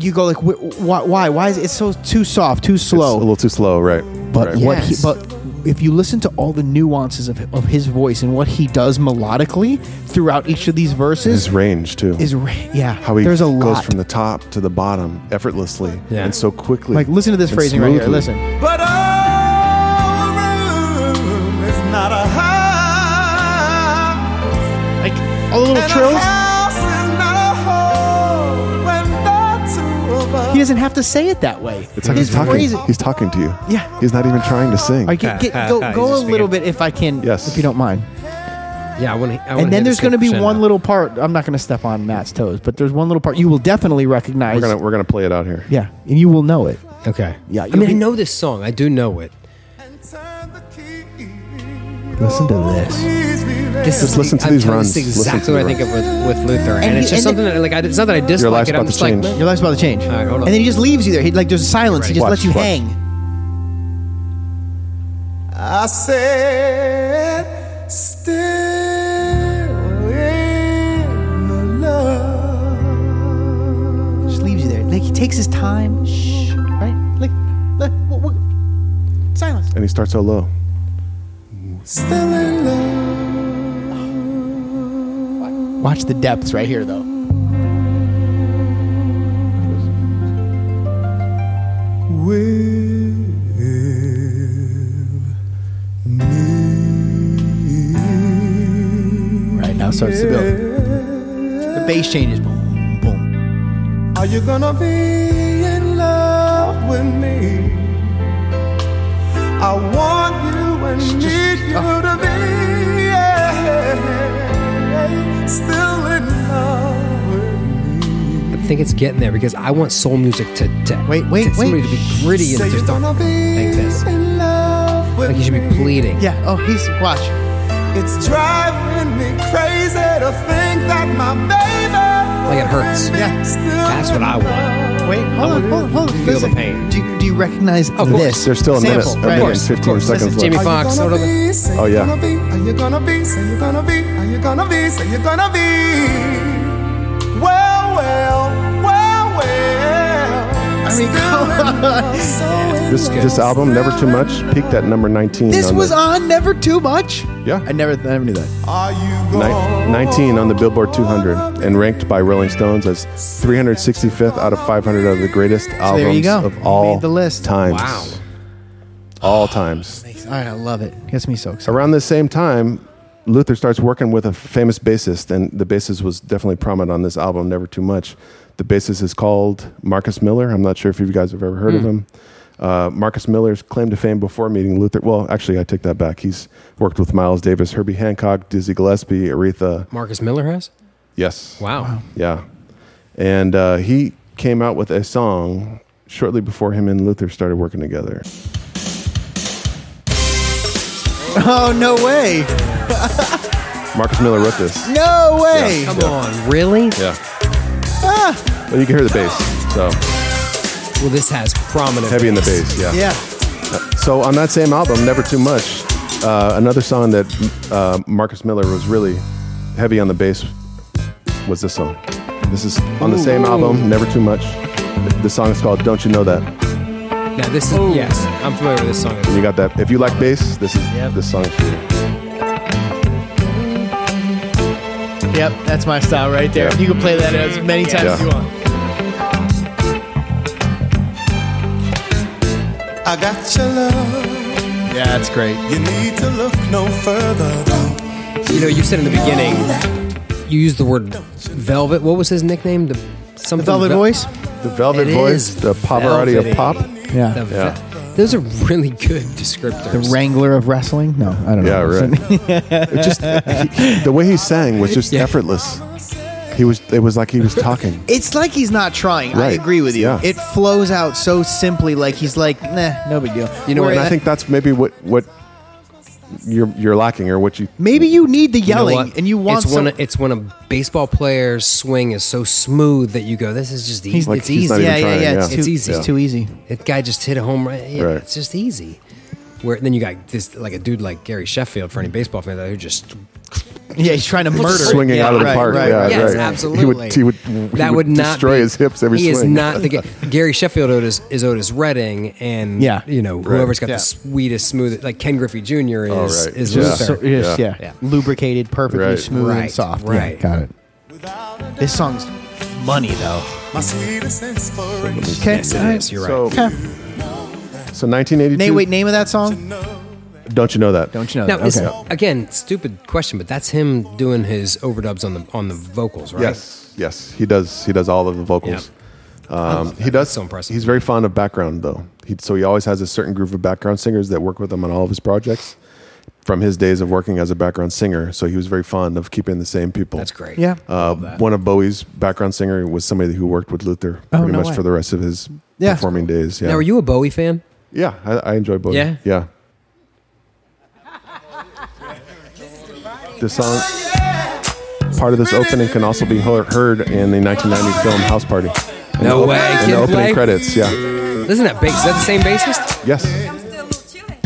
A: you go like, wh- wh- why? Why is it so too soft, too
B: It's a
A: slow?
B: little too slow, right?
A: But
B: right.
A: what?
C: Yes.
A: He, but if you listen to all the nuances of, of his voice and what he does melodically throughout each of these verses
B: His range too.
A: is, ra yeah.
B: how he
A: there's a
B: goes
A: lot.
B: from the top to the bottom effortlessly
C: Yeah.
B: and so quickly.
A: like listen to this
B: and
A: phrasing right here.
B: smoothly.
A: Listen,
F: But our room is not a house.
A: like all the little
F: and
A: trills.
F: a house is not a home when the two of us.
A: He doesn't have to say it that way.
B: It's like he's talking.
A: phrasing-
B: He's talking to you.
A: Yeah.
B: He's not even trying to sing.
A: All right, get, get, go
C: He's
A: go a
C: just
A: little
C: speaking.
A: bit if I can,
B: Yes.
A: if you don't mind.
C: Yeah, I want to.
A: And then there's going to be one little part. I'm not going to step on Matt's toes, but there's one little part you will definitely recognize.
B: We're gonna we're gonna play it out here.
A: yeah, and you will know it.
C: Okay.
A: Yeah,
C: I
A: you'll
C: mean, I
A: be-
C: know this song. I do know it.
F: Turn the key.
A: Listen to this.
F: Please be there.
C: This
B: Just listen to
C: I'm
B: these
C: telling you,
B: runs.
C: This is
B: Listen to
C: exactly what I
B: the
C: think of with, with Luther, and,
A: he-
C: it's just
A: and
C: something that, like I, it's not that I dislike
B: life's
C: it. I'm
B: about
C: just
B: to
C: like,
B: change.
A: Your life's about to change.
C: right, hold on.
A: And then he just leaves you there. He like there's silence. He just
B: Watch,
A: lets you
B: watch.
A: hang.
F: I said, still in the love.
A: Just leaves you there. Like he takes his time. Shh. Right. Like, like what, what? silence.
B: And he starts so low.
F: Still in love.
A: Watch the depths right here, though.
F: with me.
A: Right now starts to build. The bass changes. Boom, boom.
F: Are you gonna be in love with me? I want you and need
C: uh.
F: you to be yeah, still in love with me.
C: I think it's getting there because I want soul music to, to
A: Wait, wait,
C: to somebody
A: wait.
C: to be gritty and
F: Say
C: just
F: you're
C: don't
F: gonna be
C: like this.
F: in love with
C: Like you should be
F: me.
C: pleading.
A: Yeah. Oh, he's watch.
F: It's driving me crazy to think that my baby
C: Like it hurts.
A: Yeah.
C: That's what I want.
A: Wait. Hold on. Hold on. Hold on.
C: Feel the
A: Listen.
C: pain.
A: Do you, do you recognize
C: Of course.
A: this?
B: There's still a minute,
A: sample,
B: a
A: right
B: minute
A: here?
B: and 15
A: Listen,
B: seconds
C: Jimmy
B: left.
C: Fox, sort of.
F: Say
B: Oh,
F: you're
B: yeah.
F: gonna be, are you gonna be, say you're gonna be, are you gonna be, say you're gonna be. Well, well, well, well.
A: I mean, come on.
B: This, this album, Never Too Much, peaked at number 19.
A: This
B: on
A: was
B: the,
A: on Never Too Much.
B: Yeah.
A: I never, I never knew that.
F: Are you
B: Ni-
F: gonna
B: 19 on the Billboard 200 and ranked by Rolling Stones as 365th out of 500 of the greatest albums
A: there you go. You
B: of all
A: made the list.
B: times.
C: Wow.
B: All times.
A: All right, I love it. Gets me so excited.
B: Around the same time, Luther starts working with a famous bassist, and the bassist was definitely prominent on this album, Never Too Much. The bassist is called Marcus Miller. I'm not sure if you guys have ever heard of him. Uh, Marcus Miller's claim to fame before meeting Luther. Well, actually, I take that back. He's worked with Miles Davis, Herbie Hancock, Dizzy Gillespie, Aretha.
C: Marcus Miller has?
B: Yes.
C: Wow.
B: Yeah. And uh, he came out with a song shortly before him and Luther started working together.
A: Oh no way!
B: Marcus Miller wrote this.
A: No way!
C: Come on, really?
B: Yeah.
A: Ah!
B: Well, you can hear the bass. So
C: Well, this has prominent.
B: heavy in the bass. Yeah.
A: Yeah.
B: So on that same album, Never Too Much, uh, another song that uh, Marcus Miller was really heavy on the bass was this song. This is on the same album, Never Too Much. The song is called "Don't You Know That."
C: Now, this is, yes, I'm familiar with this song.
B: And you got that. If you like bass, this is
A: Yep.
B: this song is for you.
A: Yep, that's my style right there.
B: Yeah.
A: You can play that as many times as
B: Yeah.
A: you want.
F: I got your love.
A: Yeah, that's great.
F: You need to look no further.
C: You know, you said in the beginning, you used the word velvet. What was his nickname? The something
A: Velvet
C: vel-
A: voice.
B: The Velvet
C: It
B: Voice,
C: is
B: the Pavarotti
C: velvety.
B: of pop.
A: Yeah. The,
C: The ve- Those are really good descriptors.
A: wrangler of wrestling. No, I don't know.
B: Yeah, right. It just he- the way he sang was just
C: Yeah.
B: effortless. He was. It was like he was talking.
A: It's like he's not trying. I
B: Right.
A: agree with you.
B: Yeah.
A: It flows out so simply. Like he's like, nah, no big deal.
C: You know what,
B: And
A: Whereas-
B: I think that's maybe what what you're you're lacking or what you
A: maybe you need the
C: You know
A: yelling,
C: what?
A: and you want
C: it's
A: some.
C: when a, it's when a baseball player's swing is so smooth that you go, "This is just easy.
B: like,
C: it's
B: he's
C: easy."
B: not even
A: yeah, yeah,
B: trying,
A: yeah,
B: yeah.
A: It's, too,
C: It's easy.
A: It's too easy.
C: That guy just hit a home run. Yeah,
B: Right.
C: It's just easy. Where then you got this like a dude like Gary Sheffield for any baseball fan who just
A: Yeah, he's trying to murder. it.
B: swinging
A: Yeah,
B: out of the
A: right,
B: park.
A: Right,
B: yeah,
A: right.
C: Yes,
B: right.
C: absolutely.
B: He would he would, he
C: that would, not
B: destroy
C: be-
B: his hips every
C: he
B: swing.
C: is not the ga- Gary Sheffield Otis is Otis Redding and
A: Yeah.
C: you know whoever's got
A: Yeah.
C: the sweetest smooth like Ken Griffey Jr. is
B: Oh, right.
C: is
B: Yeah.
C: Luther.
A: So, yes,
B: Yeah.
A: yeah. Lubricated, perfectly
B: Right.
A: smooth and
C: Right,
A: soft.
C: right.
A: Yeah, got it. This song's money though.
F: My sweetest inspiration.
A: Okay.
C: yes, it is. You're right.
B: So,
A: Okay.
B: so 1982.
A: Name, wait, name of that song?
B: Don't you know that?
A: Don't you know?
C: now,
A: that?
C: is-
A: okay.
C: again, stupid question, but that's him doing his overdubs on the on the vocals, right?
B: Yes, yes, he does. He does all of the vocals. Um, he does.
C: That's so impressive.
B: He's very fond of background, though. He, so he always has a certain group of background singers that work with him on all of his projects from his days of working as a background singer. So he was very fond of keeping the same people.
C: that's great.
A: Yeah.
B: Uh, one of Bowie's background singer was somebody who worked with Luther
A: Oh,
B: pretty
A: no
B: much
A: way.
B: for the rest of his
A: Yeah.
B: performing days. Yeah.
C: Now, are you a Bowie fan?
B: Yeah, I, I enjoy Bowie.
C: Yeah?
B: Yeah. The song, part of this opening, can also be hear- heard in the 1990 film House Party. In
C: No
B: the op-
C: way,
B: In
C: Kid
B: the opening
C: Blake.
B: credits, yeah.
C: Isn't that bass? Is that the same bassist?
B: Yes,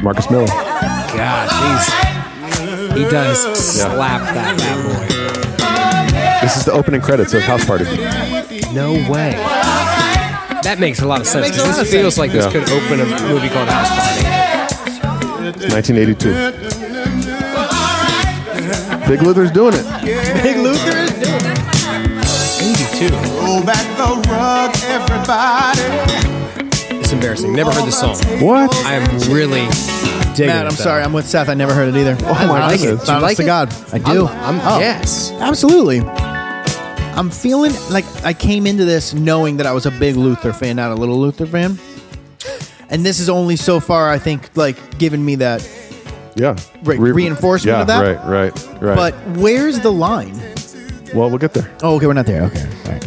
B: Marcus Miller.
C: Gosh, he's he does slap that bad
B: This is the opening credits of House Party.
C: boy. No way. That makes a lot of sense.
A: makes a lot
C: This
A: of
C: feels like this
B: Yeah.
C: could open a movie called House Party.
B: 1982. Big Luther's doing it.
A: Big Luther.
F: Roll back the rug, everybody.
C: Is It's embarrassing. Never heard the song.
B: What?
C: I am really digging
A: Matt, I'm
C: it, though.
A: sorry. I'm with Seth. I never heard it either. Oh
B: my
A: honest,
B: goodness.
A: Honest
C: You like
A: to
C: it?
A: God, I do.
C: I'm, I'm-
A: Oh,
C: Yes.
A: absolutely. I'm feeling like I came into this knowing that I was a big Luther fan, not a little Luther fan. And this is only so far, I think, like giving me that.
B: Yeah.
A: Re- reinforcement
B: yeah,
A: of that?
B: Right, right, right.
A: But where's the line?
B: well, we'll get there.
A: Oh, okay, we're not there. Okay,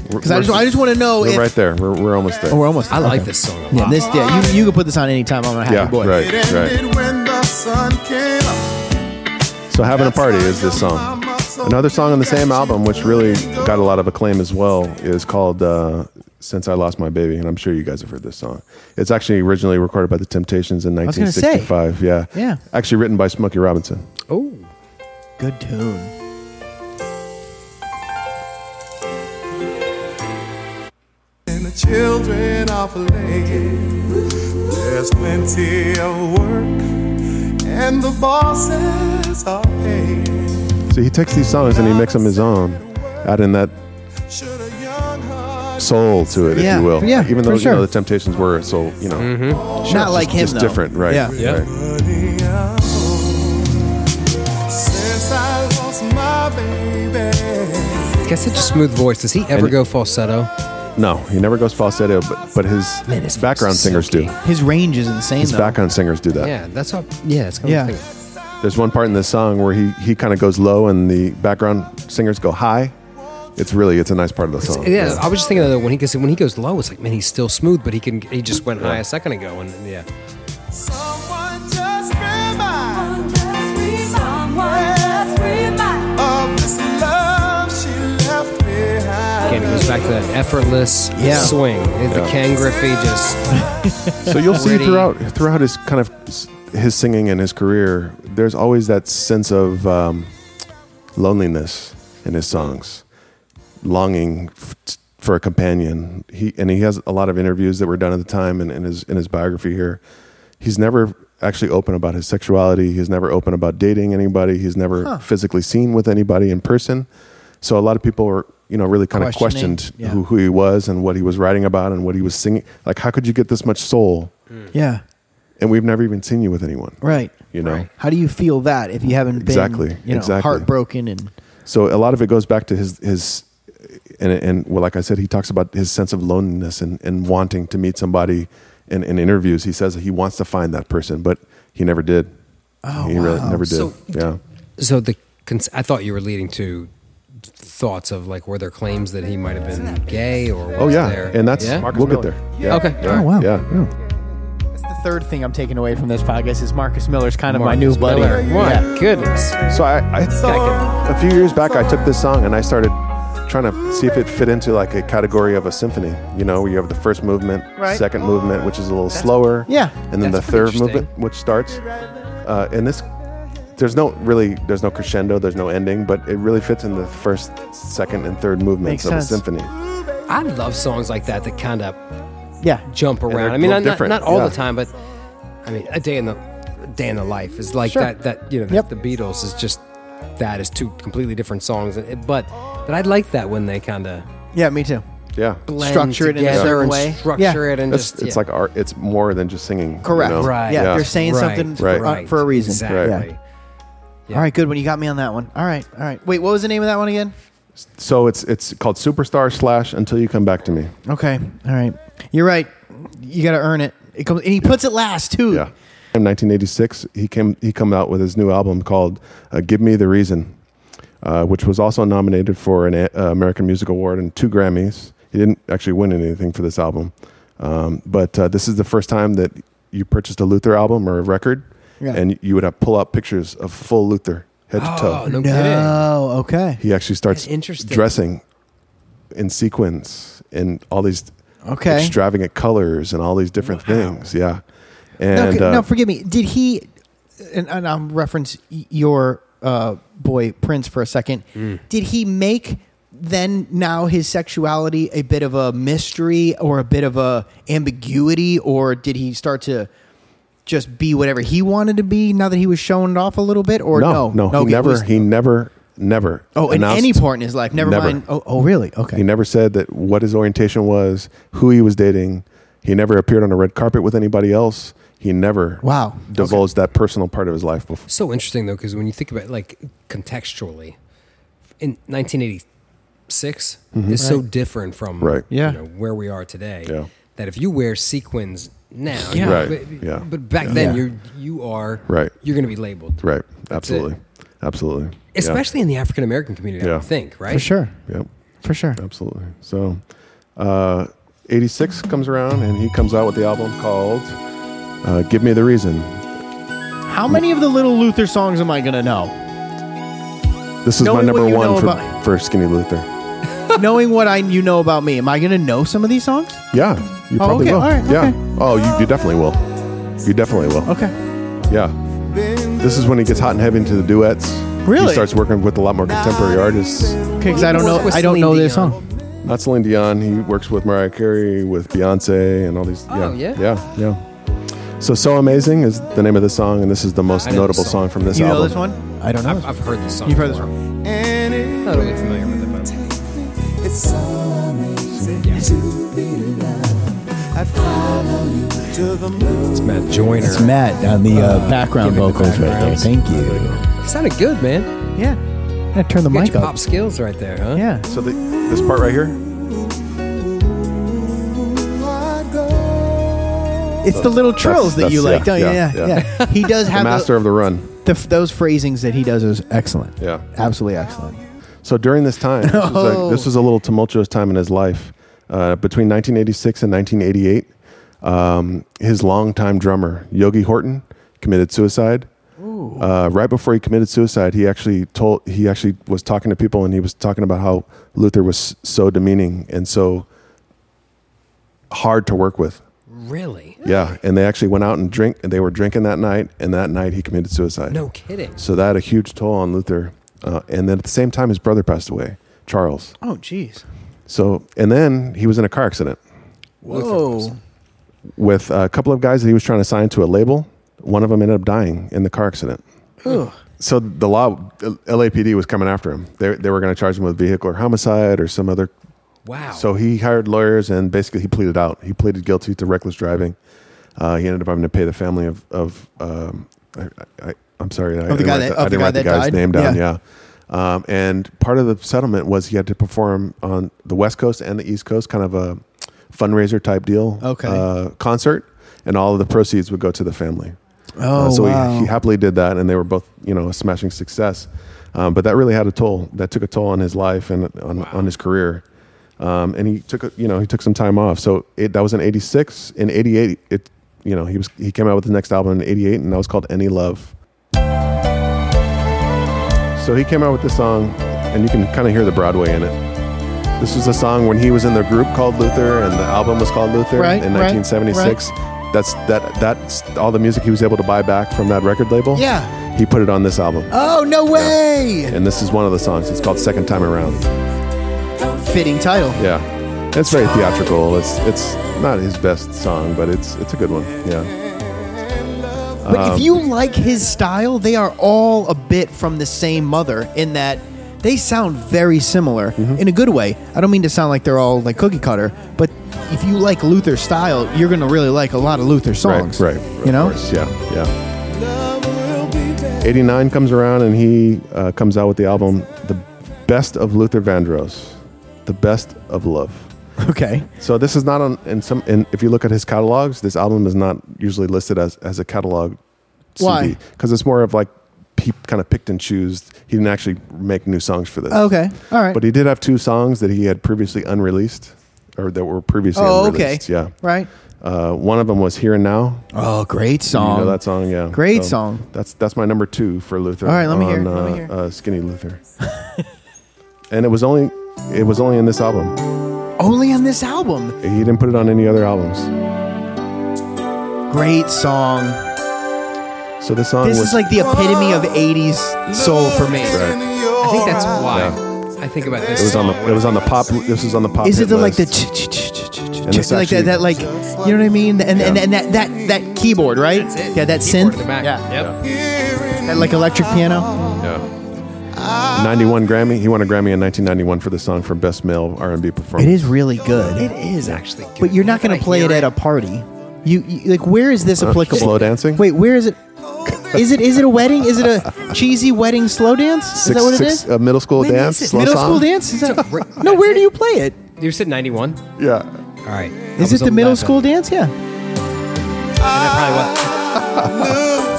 A: because I
B: We're-
A: just, I just want to know
B: We're
A: if
B: right there. We're, we're almost there.
A: Oh, we're almost.
C: I
A: there.
C: like
A: Okay.
C: this song a lot.
A: Yeah, this. Yeah, you you can put this on anytime. I'm a happy
B: yeah,
A: boy.
F: It
B: right, right.
F: ended when the sun came up.
B: So having a party is this song. Another song on the same album, which really got a lot of acclaim as well, is called uh, "Since I Lost My Baby," and I'm sure you guys have heard this song. It's actually originally recorded by the Temptations in
A: was gonna say.
B: 1965. Yeah,
A: Yeah.
B: Actually written by Smokey Robinson.
C: Oh,
A: Good tune.
F: And the children are playing. There's plenty of work, and the bosses are paying.
B: So he takes these songs and he makes them his own, adding that
F: Should a young heart
B: soul to it,
A: Yeah,
B: if you will.
A: yeah,
B: Even
A: for
B: though
A: sure.
B: you know the Temptations were so you know
A: Not like him
B: just
A: though.
B: different, right?
A: Yeah.
C: Yeah.
B: right.
F: money out? Since I lost my baby.
C: got such a smooth voice. Does he ever
B: And-
C: go falsetto?
B: No, he never goes falsetto, but, but his
C: Man, his voice
B: background
C: is
B: singers do.
C: silky.
A: His range is insane
B: His
A: though.
B: background singers do that.
C: Yeah, that's how. Yeah, that's kind
A: Yeah.
C: of thing.
B: There's one part in this song where he, he kind of goes low and the background singers go high. It's really it's a nice part of the song.
C: Yeah, I was just thinking that when he goes when he goes low, it's like man, he's still smooth, but he can he just went high a second ago, and yeah,
F: Someone just remind
G: Someone just remind
F: of this love she left behind.
C: again, it goes back to that effortless
A: Yeah.
C: swing, the
B: Yeah.
C: Ken Griffey just
B: So you'll see
C: Already-
B: throughout throughout his kind of s- his singing and his career, there's always that sense of um, loneliness in his songs, longing f- for a companion. He and he has a lot of interviews that were done at the time, and in his in his biography here, he's never actually open about his sexuality. He's never open about dating anybody. He's never physically seen with anybody in person. So a lot of people are you know really kind of
A: Questioning,
B: questioned
A: yeah.
B: who, who he was and what he was writing about and what he was singing. Like, how could you get this much soul?
A: Yeah.
B: and we've never even seen you with anyone.
A: Right.
B: You know.
C: Right.
A: How do you feel that if you haven't been
B: Exactly,
A: you know,
B: exactly.
A: heartbroken and
B: So a lot of it goes back to his his and and well, like I said, he talks about his sense of loneliness and and wanting to meet somebody. In, in interviews, he says that he wants to find that person, but he never did. Oh, he really never did.
C: So-
B: yeah,
C: so the cons- I thought you were leading to thoughts of like were there claims that he might have been gay or
B: Oh
C: was
B: yeah,
C: there-
B: and that's
C: yeah?
B: we'll get there. Yeah.
C: Okay.
B: Yeah.
C: Oh,
A: wow.
B: Yeah. yeah.
A: That's the third thing I'm taking away from this podcast is Marcus Miller's kind of my new
C: Marcus
A: buddy.
C: Miller. My
A: Yeah.
C: goodness.
B: So I, I a few years back, I took this song and I started trying to see if it fit into like a category of a symphony. You know, where you have the first movement,
A: Right.
B: second movement, which is a little slower,
A: Yeah.
B: and then the
C: That's pretty
B: third movement, which starts. Uh, and this, there's no really, there's no crescendo, there's no ending, but it really fits in the first, second, and third
A: Makes
B: movements of
A: sense.
B: a symphony.
C: I love songs like that that kind of
A: Yeah.
C: jump
B: they're
C: around. I
B: a
C: mean,
B: little
C: not, not,
B: different,
C: not all
B: yeah.
C: the time, but I mean, a day in the a day in the life is like
A: Sure.
C: that. That you know,
A: Yep.
C: the, the Beatles is just that is two completely different songs. and it- But but I like that when they kind of
A: Yeah, me too.
B: Yeah.
A: Structure it in a certain
C: and
A: way.
C: Structure
A: Yeah.
C: it and
B: It's,
C: just
B: it's
C: yeah.
B: like art. It's more than just singing. you
A: Correct.
B: know?
C: Right.
A: Yeah,
B: Yeah.
A: they're saying something for,
B: Right.
A: uh, for a reason.
C: Exactly.
A: Yeah. All right, good. When you got me on that one. All right, all right. Wait, what was the name of that one again?
B: So it's it's called Superstar slash Until You Come Back to Me.
A: Okay, all right. You're right. You got to earn it. It comes and he puts it last too.
B: Yeah. In 1986, he came he come out with his new album called uh, "Give Me the Reason," uh, which was also nominated for an uh, American Music Award and two Grammys. He didn't actually win anything for this album, um, but uh, this is the first time that you purchased a Luther album or a record,
A: Yeah.
B: and you would have pull out pictures of full Luther head to toe.
C: Oh, no, kidding.
A: No, okay.
B: He actually starts
C: That's interesting.
B: dressing in sequins and all these
A: Okay.
B: extravagant colors and all these different things. Yeah.
A: No,
B: And
A: c-
B: uh,
A: no, forgive me. Did he? And, and I'll reference y- your uh, boy Prince for a second.
B: Mm.
A: Did he make then now his sexuality a bit of a mystery or a bit of a ambiguity, or did he start to just be whatever he wanted to be now that he was showing it off a little bit? Or no,
B: no, no, he
A: Okay, it
B: never,
A: was-
B: he never, never.
A: oh, in
B: announced-
A: any part in his life. Never,
B: Never.
A: mind. Oh, oh, really? Okay.
B: He never said that what his orientation was, who he was dating, He never appeared on a red carpet with anybody else. He never
A: Wow.
B: divulged that personal part of his life before.
C: So interesting though, because when you think about it, like contextually, in 1986 is so different from
B: Mm-hmm. Right.
A: Yeah.
C: you know, where we are today.
B: Yeah.
C: That if you wear sequins now,
A: Yeah.
B: Right.
C: But,
B: Yeah.
C: but back then
A: Yeah.
C: you're you are
B: Right.
C: You're going to be labeled,
B: Right.
C: it.
B: Absolutely. Absolutely. Yeah.
C: especially in the African American community. I
B: Yeah.
C: would think right
A: for sure,
B: Yep.
A: for sure.
B: Absolutely. So, uh, 86 comes around and he comes out with the album called uh, Give Me the Reason.
A: How many of the Little Luther songs am I gonna know?
B: This is
A: Knowing
B: my
A: what
B: number
A: you know
B: one for,
A: about-
B: for Skinny Luther.
A: Knowing what I you know about me, am I gonna know some of these songs?
B: Yeah. You
A: Oh,
B: probably
A: okay.
B: will.
A: All right.
B: yeah.
A: Okay.
B: Oh, you, you definitely will. You definitely will.
A: Okay,
B: Yeah. This is when he gets hot and heavy into the duets.
A: Really?
B: He starts working with a lot more contemporary artists.
A: because I don't know
C: With
A: I don't
C: Celine
A: know this
C: Dion.
A: song.
B: Not Celine Dion. He works with Mariah Carey, with Beyonce, and all these.
C: Oh, yeah?
B: Yeah. Yeah. So, So Amazing is the name of the song, and this is the most
C: I know
B: notable
C: this
B: song
C: song.
B: from this
A: You
B: album.
A: know this one? I don't know.
C: I've, I've heard this song.
A: You've heard this
C: before.
A: one.
C: Not really familiar with it, but it's Matt Joyner.
H: It's Matt on the uh, background
C: give me the
H: vocals right there.
C: backgrounds.
H: Thank you.
C: Sounded good, man.
A: Yeah, I turn the
C: Got
A: mic
C: your
A: up.
C: pop skills right there, huh?
A: Yeah,
B: So the, this part right here,
A: it's the little trills that
B: that's-
A: you
B: yeah,
A: like, don't you?
B: yeah,
A: Yeah,
B: yeah.
A: yeah. He does
B: the
A: have
B: master of the run.
A: the, f those phrasings that he does is excellent.
B: Yeah.
A: absolutely excellent.
B: So during this time, this, was a, this was a little tumultuous time in his life. Uh, between 1986 and 1988, um, his longtime drummer Yogi Horton committed suicide. Uh, right before he committed suicide, he actually told he actually was talking to people, and he was talking about how Luther was so demeaning and so hard to work with.
C: Really?
B: Yeah, and they actually went out and drink, and they were drinking that night, and that night he committed suicide.
C: No kidding.
B: So that had a huge toll on Luther. Uh, and then at the same time, his brother passed away, Charles.
A: Oh, jeez.
B: So, and then he was in a car accident
A: Whoa.
B: with a couple of guys that he was trying to sign to a label. One of them ended up dying in the car accident. So the law, LAPD was coming after him. They, they were going to charge him with vehicular homicide or some other
C: Wow.
B: So he hired lawyers and basically he pleaded out. He pleaded guilty to reckless driving. Uh, he ended up having to pay the family of of um, I, I, I'm sorry, I,
A: the
B: I didn't
A: guy
B: write
A: that- of
B: the, I
A: the
B: didn't
A: guy
B: write
A: that
B: the guy's
A: died?
B: name down.
A: Yeah.
B: Yeah. Um, and part of the settlement was he had to perform on the West Coast and the East Coast, kind of a fundraiser type deal.
A: Okay.
B: Uh, concert, and all of the proceeds would go to the family.
A: Oh,
B: Uh, so
A: wow.
B: he, he happily did that, and they were both, you know, a smashing success. Um, but that really had a toll. That took a toll on his life and on, on his career. Um, and he took, a, you know, he took some time off. So it, that was in '86. In '88, it, you know, he was he came out with his next album in '88, and that was called Any Love. So he came out with this song, and you can kind of hear the Broadway in it. This was a song when he was in the group called Luther, and the album was called Luther
A: Right,
B: in
A: right,
B: 1976. That's that. That's all the music he was able to buy back from that record label.
A: Yeah.
B: he put it on this album,
A: Oh no way!
B: and this is one of the songs. It's called Second Time Around.
A: Fitting title.
B: Yeah, it's very theatrical. It's it's not his best song, but it's it's a good one. Yeah,
A: But
B: Um,
A: if you like his style, they are all a bit from the same mother in that they sound very similar
B: Mm-hmm.
A: in a good way. I don't mean to sound like they're all like cookie cutter, but if you like Luther's style, you're going to really like a lot of Luther songs.
B: right, right.
A: You
B: Of
A: know?
B: course, yeah, yeah. 89 comes around and he uh, comes out with the album The Best of Luther Vandross, The Best of Love.
A: Okay.
B: So this is not on in some in if you look at his catalogs, this album is not usually listed as as a catalog CD
A: Why?
B: cuz it's more of like he kind of picked and chose. He didn't actually make new songs for this.
A: Okay. All right.
B: But he did have two songs that he had previously unreleased or that were previously
A: oh, okay.
B: unreleased. Yeah.
A: Right.
B: Uh, one of them was Here and Now.
A: Oh, great song.
B: You know that song, yeah.
A: Great song.
B: That's that's my number two for Luther.
A: All right, let me
B: on,
A: hear it,
B: Uh,
A: let me hear it.
B: Uh, Skinny Luther. and it was only it was only in this album.
A: Only on this album.
B: He didn't put it on any other albums.
A: Great song.
B: So this song
A: This
B: was
A: is like the epitome of 80s soul for me.
C: I think that's why. I think about this.
B: it was on the it was on the pop this was on the pop.
A: Is it
B: hit
A: the, like the
B: list.
A: ch- ch- ch- ch- ch- ch-
B: this
A: like
B: actually-
A: that, that like you know what I mean and and, and that, that that keyboard right yeah that
C: Keyboard in
A: synth
C: the back.
A: yeah
C: Yep.
A: that like electric piano
B: yeah. 91 Grammy. He won a Grammy in 1991 for the song for Best Male R&B Performance.
A: It is really good.
C: It is actually good.
A: but you're not going
C: I
A: to play
C: hear
A: it at a party. You, you like where is this applicable?
B: slow dancing?
A: Wait, where is it? Is it is it a wedding? Is it a cheesy wedding slow dance? Is that what it is?
B: A uh, middle school
C: When is
B: dance?
C: it?
B: slow
A: uh, middle
B: song?
A: school dance? Is that,
C: Re-
A: no, where do you play it?
C: You said 91?
B: Yeah.
C: All right.
A: Is it the middle school dance? Yeah.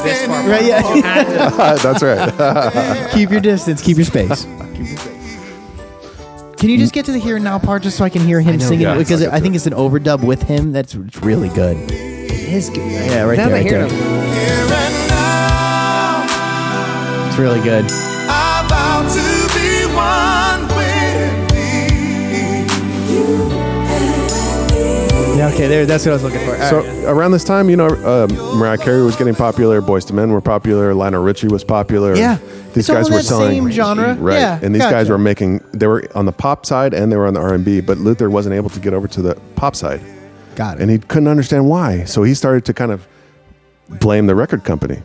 C: This part.
A: Right, yeah.
C: You had to-
B: That's right.
A: keep your distance. Keep your space. Can you just get to the here and now part just so I can hear him
C: know,
A: singing?
B: yeah,
A: it? because
B: I'll get
A: I
B: to
A: think it's an overdub with him. That's it's really good. It is good. Yeah, right
C: Now
A: there.
C: that I
A: Right there.
C: hear it, I'm-
A: It's really good.
F: I vow to be one with thee.
A: Yeah, okay, there. That's what I was looking for.
B: So around this time, you know, um, Mariah Carey was getting popular, Boys to Men were popular, Lionel Richie was popular.
A: Yeah.
B: These
A: It's all
B: guys
A: in
B: were
A: that
B: selling
A: same genre.
B: right?
A: Yeah,
B: and these guys
A: gotcha.
B: were making. They were on the pop side and they were on the R and B, but Luther wasn't able to get over to the pop side,
A: got it.
B: and he couldn't understand why. So he started to kind of blame the record company,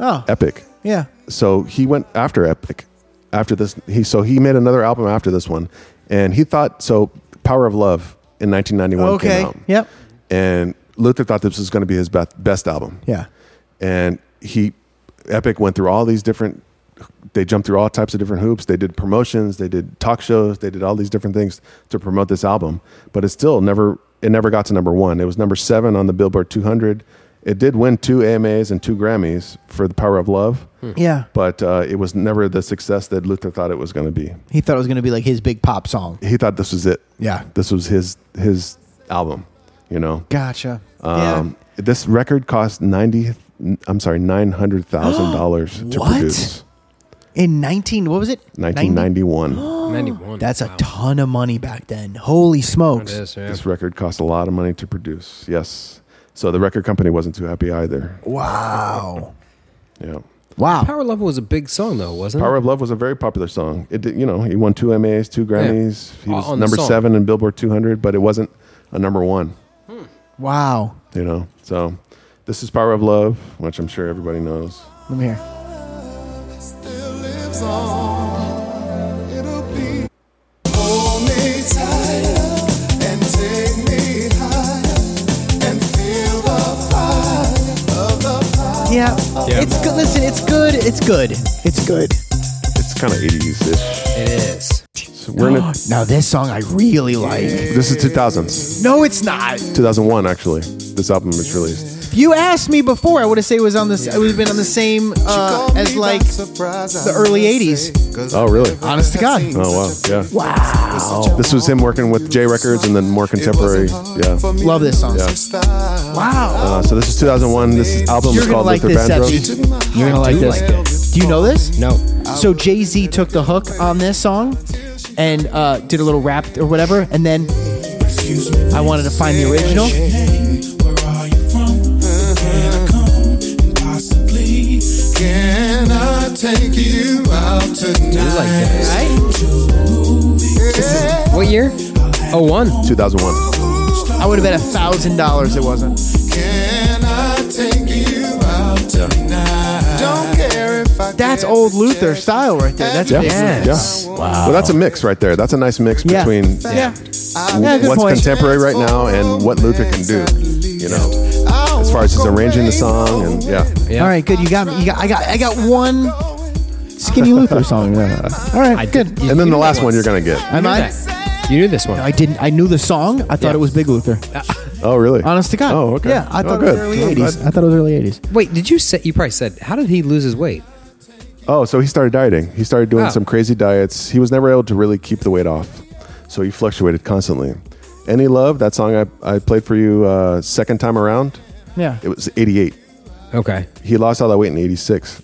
A: oh,
B: Epic.
A: yeah.
B: So he went after Epic, after this. He so he made another album after this one, and he thought so. Power of Love in 1991
A: Okay.
B: came out.
A: Yep.
B: and Luther thought this was going to be his best, best album.
A: Yeah.
B: And he, Epic went through all these different, they jumped through all types of different hoops. They did promotions, they did talk shows, they did all these different things to promote this album. But it still never, it never got to number one. It was number seven on the Billboard 200. It did win two AMAs and two Grammys for The Power of Love,
A: Yeah.
B: but uh, it was never the success that Luther thought it was going to be.
A: He thought it was going to be like his big pop song.
B: He thought this was it.
A: Yeah.
B: This was his, his album, you know?
A: Gotcha.
B: Um, This record cost ninety. I'm sorry, nine hundred thousand dollars to
A: What?
B: produce.
A: yeah. In 19, what was it?
B: 1991.
A: 90?
C: 91.
A: That's
C: Wow.
A: a ton of money back then. Holy
C: It
A: smokes.
C: is, yeah.
B: This record cost a lot of money to produce. Yes. So the record company wasn't too happy either.
A: Wow.
B: Yeah.
A: Wow.
C: Power Level was a big song, though, wasn't
B: Power
C: it?
B: of Love was a very popular song. It did, you know, he won two MAs, two Grammys. He
C: On-
B: was
C: on the
B: number
C: song.
B: 7 in Billboard 200, but it wasn't a number 1,
A: Wow.
B: you know. So this is Power of Love, which I'm sure everybody knows.
A: Let me hear.
F: Still lives on. It'll be. Hold me tighter and take me higher and feel the fire of the fire.
A: Yeah. It's good. Listen, it's good. It's good. It's good.
B: It's kind of 80s-ish.
C: It is.
B: So we're in a,
A: Now this song I really like.
B: this is 2000s.
A: No, it's not.
B: 2001 actually. This album was released.
A: If you asked me before, I would have said it was on this. It would have been on the same uh, as like.
F: the
A: early 80s.
B: Oh, really?
A: Honest to God.
B: Oh, wow. Yeah. Wow. This was him working with J Records and then more contemporary. Yeah.
A: Love this song. Wow.
B: Uh, so this is 2001. This album
A: You're
B: is
A: gonna
B: called
A: like
B: Luther
A: this,
B: Vandross.
A: Seth. You're gonna like this. Do you know this?
C: No.
A: So Jay Z took the hook on this song and uh, did a little rap or whatever, and then I wanted to find the original.
F: Can I take you out
C: You
F: tonight?
C: like this. What year? Oh, one.
B: 2001.
A: I would have bet a thousand dollars it wasn't.
F: Can I take you out tonight? Don't care if I
A: That's
F: get
A: old Luther style right there. That's
B: Yeah.
A: big.
C: Yes.
B: Yeah. Wow. Well, that's a mix right there. That's a nice mix
A: Yeah.
B: between
A: Yeah.
B: w-
A: Yeah, good
B: what's
A: point.
B: contemporary right now and what Luther can do. You know,
F: I'll
B: as far as his
F: walk
B: arranging the
F: away.
B: song and yeah.
C: Yeah.
A: All right, good. You got me. You got. I got. I got one skinny Luther song. Yeah. All right, good.
B: And then the last one you're gonna get.
A: Am I?
C: You knew this one.
A: I didn't. I knew the song. I thought
C: Yeah.
A: it was Big Luther.
B: Oh, really?
A: Honest to God.
B: Oh, okay.
A: Yeah, I
B: Oh,
A: thought it
B: good.
A: was early
B: I'm glad.
A: '80s. I thought it was early '80s.
C: Wait, did you say, you probably said, how did he lose his weight?
B: Oh, so he started dieting. He started doing
C: Oh.
B: some crazy diets. He was never able to really keep the weight off. So he fluctuated constantly. Any Love, that song I, I played for you uh, second time around,
A: Yeah.
B: it was 88.
C: Okay.
B: He lost all that weight in 86.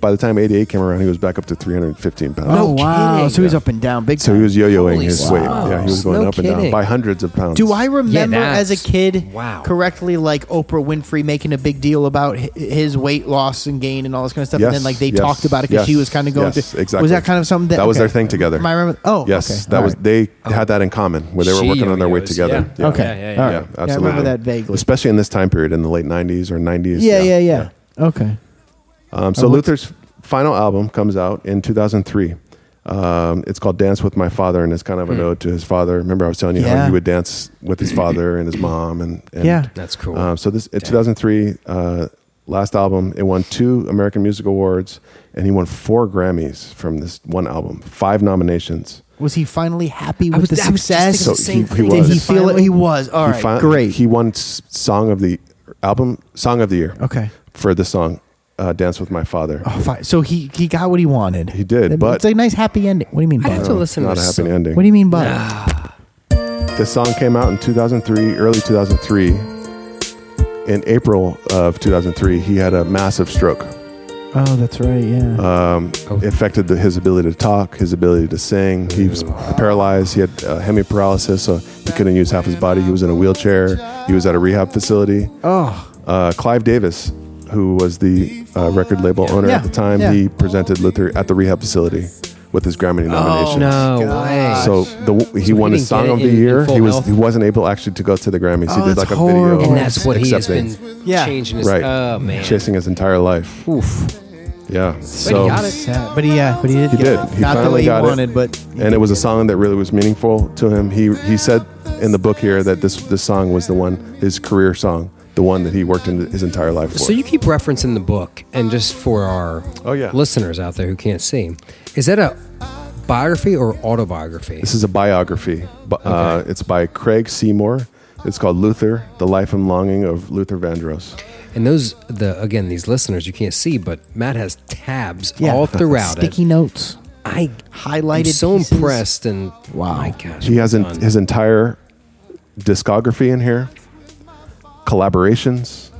B: By the time 88 came around, he was back up to 315 pounds.
A: oh wow!
C: kidding.
A: So he's up and down, big
B: So
A: time.
B: he was yo yoing
C: Holy
B: his weight. Yeah, he was
C: smokes.
B: going
C: No
B: up and down
C: kidding.
B: by hundreds of pounds.
A: Do I remember as a
C: that's-
A: kid
C: wow.
A: correctly, like Oprah Winfrey making a big deal about hi- his weight loss and gain and all this kind of stuff,
B: Yes,
A: and then like they
B: yes,
A: talked about it because she
B: yes,
A: was kind of going.
B: yes,
A: to,
B: exactly.
A: Was that kind of something that
B: That was
A: okay.
B: their thing together.
A: Am I remember? Oh,
B: Yes,
A: okay.
B: that
A: All
B: was.
A: right.
B: They had that in common where they were
C: She
B: working on their weight
C: yo-yos,
B: together.
C: yeah.
A: Okay.
C: Yeah, yeah, yeah.
A: All
B: Yeah,
A: right.
B: absolutely.
A: I remember that vaguely.
B: Especially in this time period in the late 90s or 90s.
A: Yeah, yeah, yeah. Okay.
B: Um, so
A: Uh, what's-
B: Luther's final album comes out in 2003. Um, it's called Dance with My Father, and it's kind of an ode to his father. Remember, I was telling you how
A: Hmm. Yeah.
B: he would dance with his father and his mom, and, and
A: Yeah.
C: That's cool.
B: Um, so this in 2003, uh, last album, it won two American Music Awards, and he won four Grammys from this one album, five nominations.
A: Was he finally happy
C: I
A: with
C: was-
A: the
C: I was just thinking
A: success?
C: the
B: So same he- he thing.
A: Did
B: was.
A: he feel it?
C: Finally?
A: He was. All
B: he
A: right.
B: fin-
A: great.
B: He won s- song of the album, song of the year.
A: okay.
B: for the song uh, "Dance with My Father."
A: Oh, fine. So he he got what he wanted.
B: He did,
A: That-
B: but-
A: it's a nice happy ending. What do you mean?
C: I'd
A: By?
C: have to listen
B: Not
C: to
B: a
C: this.
B: happy
C: song.
B: ending.
A: What do you mean by?
B: The song came out in 2003, early 2003. In April of 2003, he had a massive stroke.
A: Oh, that's right. Yeah.
B: Um,
C: Oh.
B: It affected the, his ability to talk, his ability to sing. He was paralyzed. He had uh, hemiparalysis, so he couldn't use half his body. He was in a wheelchair. He was at a rehab facility.
A: oh,
B: Uh, Clive Davis, who was the uh, record label owner
A: Yeah.
B: at the time,
A: Yeah.
B: he presented Luther at the rehab facility with his Grammy
C: Oh,
B: nomination.
C: no way.
B: So the, he
C: he
B: won a
C: didn't
B: song
C: get it
B: of the
C: in- in
B: year.
C: full
B: he was
C: health?
B: he wasn't able actually to go to the Grammys.
A: Oh,
B: he did
A: that's
B: like a
A: horrible.
B: video.
C: and that's what he has
B: accepting.
C: been
A: Yeah.
C: changing his.
B: right.
C: Oh man.
B: Chasing his entire life.
C: Oof.
B: Yeah.
C: But
B: So
C: he got it.
A: sad. but he yeah, but he did.
B: Oh. He
A: get
B: did.
A: it.
B: He
A: Not the
B: finally
A: way he
B: got it.
A: wanted, but he
B: and
A: did
B: it was a
A: get
B: song that really was meaningful to him. He he said in the book here that this this song was the one his career song, the one that he worked in his entire life for.
C: So you keep referencing the book, and just for our
B: Oh, yeah.
C: listeners out there who can't see, is that a biography or autobiography?
B: This is a biography. bu- Uh,
C: Okay.
B: it's by Craig Seymour. It's called Luther: The Life and Longing of Luther Vandross.
C: And those the again these listeners you can't see, but Matt has tabs
A: Yeah.
C: all throughout
A: Sticky
C: it.
A: notes.
C: I
A: Highlighted
C: I'm so
A: pieces.
C: impressed and
A: Wow.
C: my gosh,
B: He
C: well
B: has en-
C: done.
B: his entire discography in here, collaborations,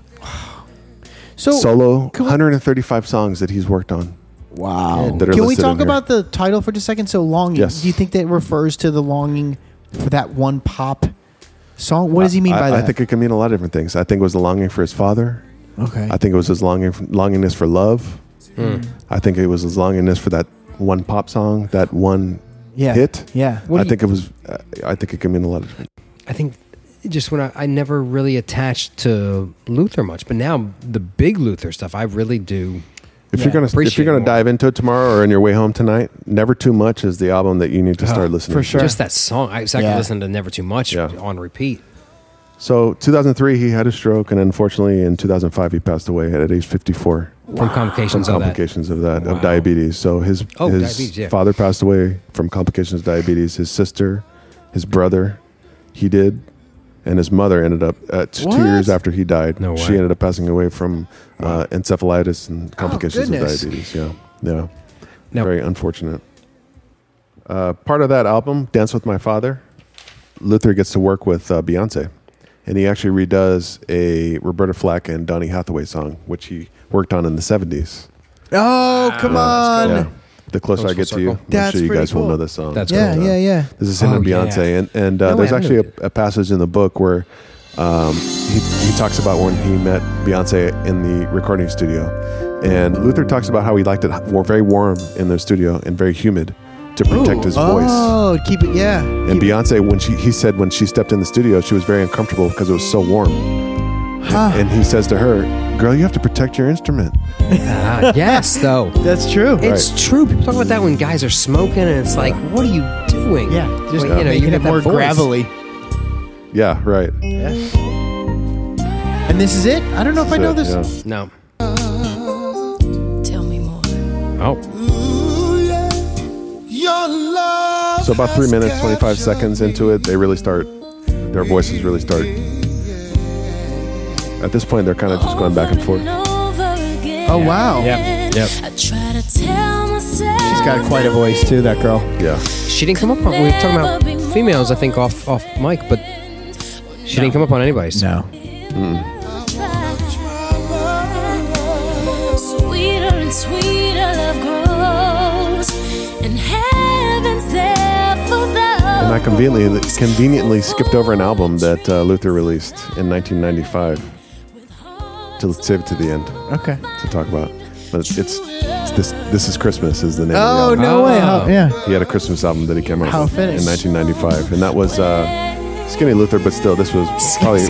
A: So
B: solo,
A: Oh, can we-
B: 135 songs that he's worked on.
A: Wow.
B: that are
A: Can we
B: listed in
A: talk
B: here.
A: about the title for just a second? So longing.
B: Yes.
A: Do you think that refers to the longing for that one pop song? What does he mean
B: I,
A: by that?
B: I think it can mean a lot of different things. I think it was the longing for his father.
A: okay.
B: I think it was his longing, longingness for love.
C: Hmm.
B: I think it was his longingness for that one pop song, that one
A: yeah.
B: hit.
A: Yeah.
B: I
A: do you-
B: think it was. Uh, I think it can mean a lot of different.
C: I think just when I, I never really attached to Luther much, but now the big Luther stuff I really do.
B: If
A: Yeah,
B: you're gonna if
C: appreciate
B: you're
C: it
B: gonna
C: more.
B: dive into it tomorrow or on your way home tonight, never too much is the album that you need to start listening.
A: for
B: to.
A: sure.
C: Just that song. I, so I
A: Yeah.
C: could listen to Never Too Much
B: Yeah.
C: on repeat.
B: So 2003, he had a stroke, and unfortunately, in 2005, he passed away at age 54.
C: From complications of that.
B: complications of that,
C: Wow.
B: of diabetes. So his
C: Oh,
B: his
C: diabetes, yeah.
B: father passed away from complications of diabetes. His sister, his brother, he did, and his mother ended up uh, t- two
A: What?
B: years after he died.
C: No
B: she
C: way.
B: ended up passing away from uh, encephalitis and complications of
A: goodness.
B: diabetes. Yeah, yeah,
C: Now-
B: very unfortunate. Uh, part of that album, "Dance with My Father," Luther gets to work with uh, Beyonce. And he actually redoes a Roberta Flack and Donny Hathaway song, which he worked on in the 70s.
A: Oh, come
B: Yeah,
A: on.
B: that's cool. Yeah. The closer I get to you, I'm
A: That's
B: sure you
A: pretty
B: guys
A: cool.
B: will know this song.
C: That's
A: Yeah,
C: cool.
A: yeah, yeah.
B: This is him
C: Oh,
B: and
C: yeah.
B: Beyonce, and and uh,
C: No way,
B: there's
C: I
B: actually
C: knew
B: a, a passage in the book where um, he he talks about when he met Beyonce in the recording studio, and Luther talks about how he liked it wa- very warm in the studio and very humid to protect his voice.
A: Oh, keep it. Yeah.
B: And Beyonce, when she he said when she stepped in the studio, she was very uncomfortable because it was so warm.
A: Huh.
B: And he says to her, "Girl, you have to protect your instrument."
C: Ah, yes, though.
A: That's true.
C: It's true. People talk about that when guys are smoking, and it's like, what are you doing?
A: yeah. Just
C: Well,
A: making
C: got
A: it
C: that
A: more
C: voice.
A: gravelly.
B: Yeah, right.
A: And this is it. I don't know if I know
B: So,
A: this.
B: yeah.
C: No.
G: Tell me more.
C: Oh,
F: Your love
B: So about three
F: has
B: minutes, twenty-five
F: captured
B: seconds into it, they really start. Their voices really start. At this point, they're kind of just going back and forth.
A: Oh wow.
C: Yep, yep.
G: I try to tell myself
A: She's got quite a voice too. That girl.
B: Yeah,
C: she didn't come up on. We were talking about females, I think, off off mic, but she didn't come up on anybody's.
A: No.
G: Sweeter and sweeter love grows, and heaven's there for those.
B: and I conveniently conveniently skipped over an album that uh, Luther released in 1995 to save it to the end to
A: Okay.
B: talk about. But it's, it's this. This is Christmas is the name.
A: Oh
B: of the album.
A: no way.
C: Oh.
A: How, yeah.
B: He had a Christmas album that he came out
A: How
B: with
A: fitting.
B: Uh, in 1995, and that was uh, Skinny Luther. But still, this was probably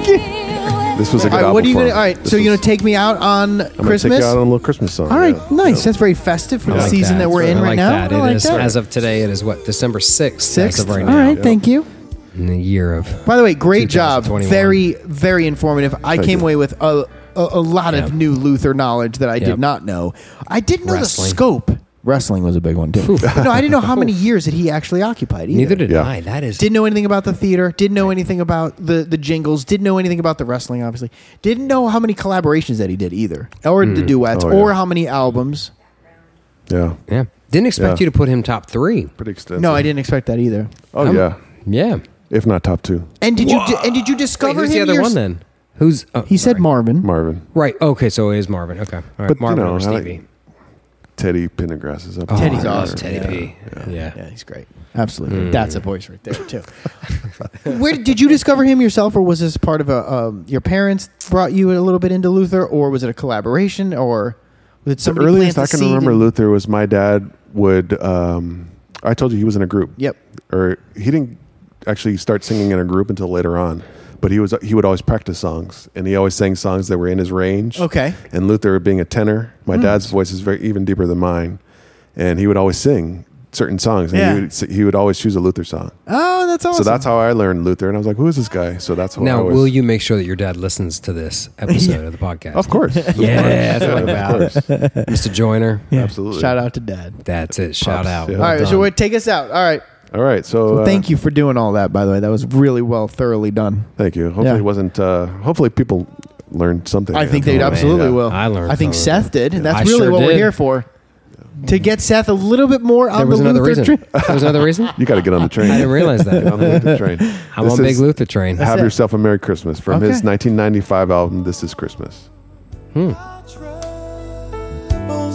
B: This was a good
A: All right,
B: album.
A: what are you
B: for
A: gonna?
B: him.
A: All right,
B: This
A: so you're
B: was-
A: gonna take me out on
B: I'm gonna
A: Christmas.
B: Take you out on a little Christmas song.
A: all right,
B: yeah.
A: nice.
B: Yeah.
A: That's very festive for
C: I
A: the
C: like
A: season that, we're in
C: I
A: right
C: like
A: now.
C: That.
A: I
C: It
A: like
C: is-
A: that.
C: As of today, it is what December sixth.
A: Sixth.
C: As of right
A: all
C: now,
A: right, thank you.
C: in the year of
A: By the way, great job.
C: 2021.
A: Very, very informative. I
B: Thank
A: came
B: you.
A: away with a, a, a lot
C: Yep.
A: of new Luther knowledge that I
C: Yep.
A: did not know. I didn't know
C: Wrestling.
A: the scope. Wrestling was a big one too. no, I didn't know how many years that he actually occupied. Either.
C: neither did
B: Yeah.
C: I. That is
A: Didn't know anything about the theater. Didn't know anything about the the jingles. Didn't know anything about the wrestling. Obviously, didn't know how many collaborations that he did either, or
C: Mm.
A: the duets,
B: Oh, yeah.
A: or how many albums.
B: Yeah.
C: yeah. Didn't expect
B: Yeah.
C: you to put him top three.
B: Pretty extensive.
A: No, I didn't expect that either.
B: Oh yeah.
C: Yeah.
B: If not top two,
A: And did you and did you discover
C: Wait, who's
A: him?
C: the other
A: yours-
C: one then? Who's oh,
A: He said
C: sorry.
A: Marvin.
B: Marvin,
C: Right. Okay. So it is Marvin. Okay. All right.
B: But, you
C: Marvin
B: know,
C: or
B: I like-
C: Stevie.
B: Teddy Pendergrass is up.
C: Oh,
A: Teddy's
C: I love
A: awesome.
C: Teddy P. Yeah.
A: Yeah, he's great. Absolutely, that's a voice right there too. Where did you discover him yourself, or was this part of a um, your parents brought you a little bit into Luther, or was it a collaboration, or was it
B: The
A: somebody
B: earliest I
A: plant the
B: can
A: seed
B: remember
A: and-
B: Luther was my dad would. Um, I told you he was in a group.
A: Yep.
B: Or he didn't actually start singing in a group until later on, but he was he would always practice songs, and he always sang songs that were in his range.
A: Okay. Hmm.
B: And Luther being a tenor, my dad's voice is very even deeper than mine, and he would always sing certain songs, and
A: Yeah.
B: he, would, s- he would always choose a Luther song.
A: Oh, that's awesome.
B: So that's how I learned Luther, and I was like, "Who is this guy?" So that's what I
C: Now,
B: was,
C: will you make sure that your dad listens to this episode of the podcast?
B: Of course. Of
C: Yeah,
B: course.
C: that's what I'm
B: of course.
C: Mr. Joyner.
B: Absolutely.
A: Shout out to Dad.
C: That's it. Shout
B: Pops,
C: out.
B: yeah.
A: all right,
C: done.
A: so wait, take us out. All right.
B: All right. So,
A: Well,
B: uh,
A: thank you for doing all that. By the way, that was really well, thoroughly done.
B: Thank you. Hopefully
A: Yeah.
B: it wasn't. Uh, hopefully people learned something.
A: I think
B: Yeah.
A: they absolutely
B: Yeah.
A: will.
C: I learned
A: I think
C: something.
A: Seth did. and That's
C: I
A: really
C: sure
A: what we're
C: did.
A: here for. To get Seth a little bit more on
C: There was
A: the
C: another
A: Luther
C: reason.
A: trip.
C: There was another reason.
B: You got to get on the train.
C: I didn't realize
B: Get on
C: that.
B: the Luther train.
C: I'm
B: This
C: on Big
B: is
C: Luther train.
B: Have
A: it.
B: yourself a Merry Christmas from his
A: Okay.
B: 1995 album. This is Christmas.
F: Troubles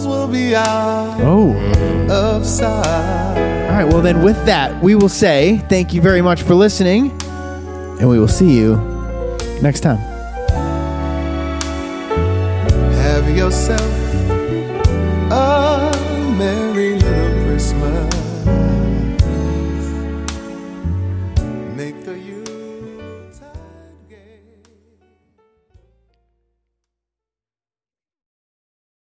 F: will be out
A: Oh.
F: of sight.
A: All right, well, then with that, we will say thank you very much for listening, and we will see you next time.
F: Have yourself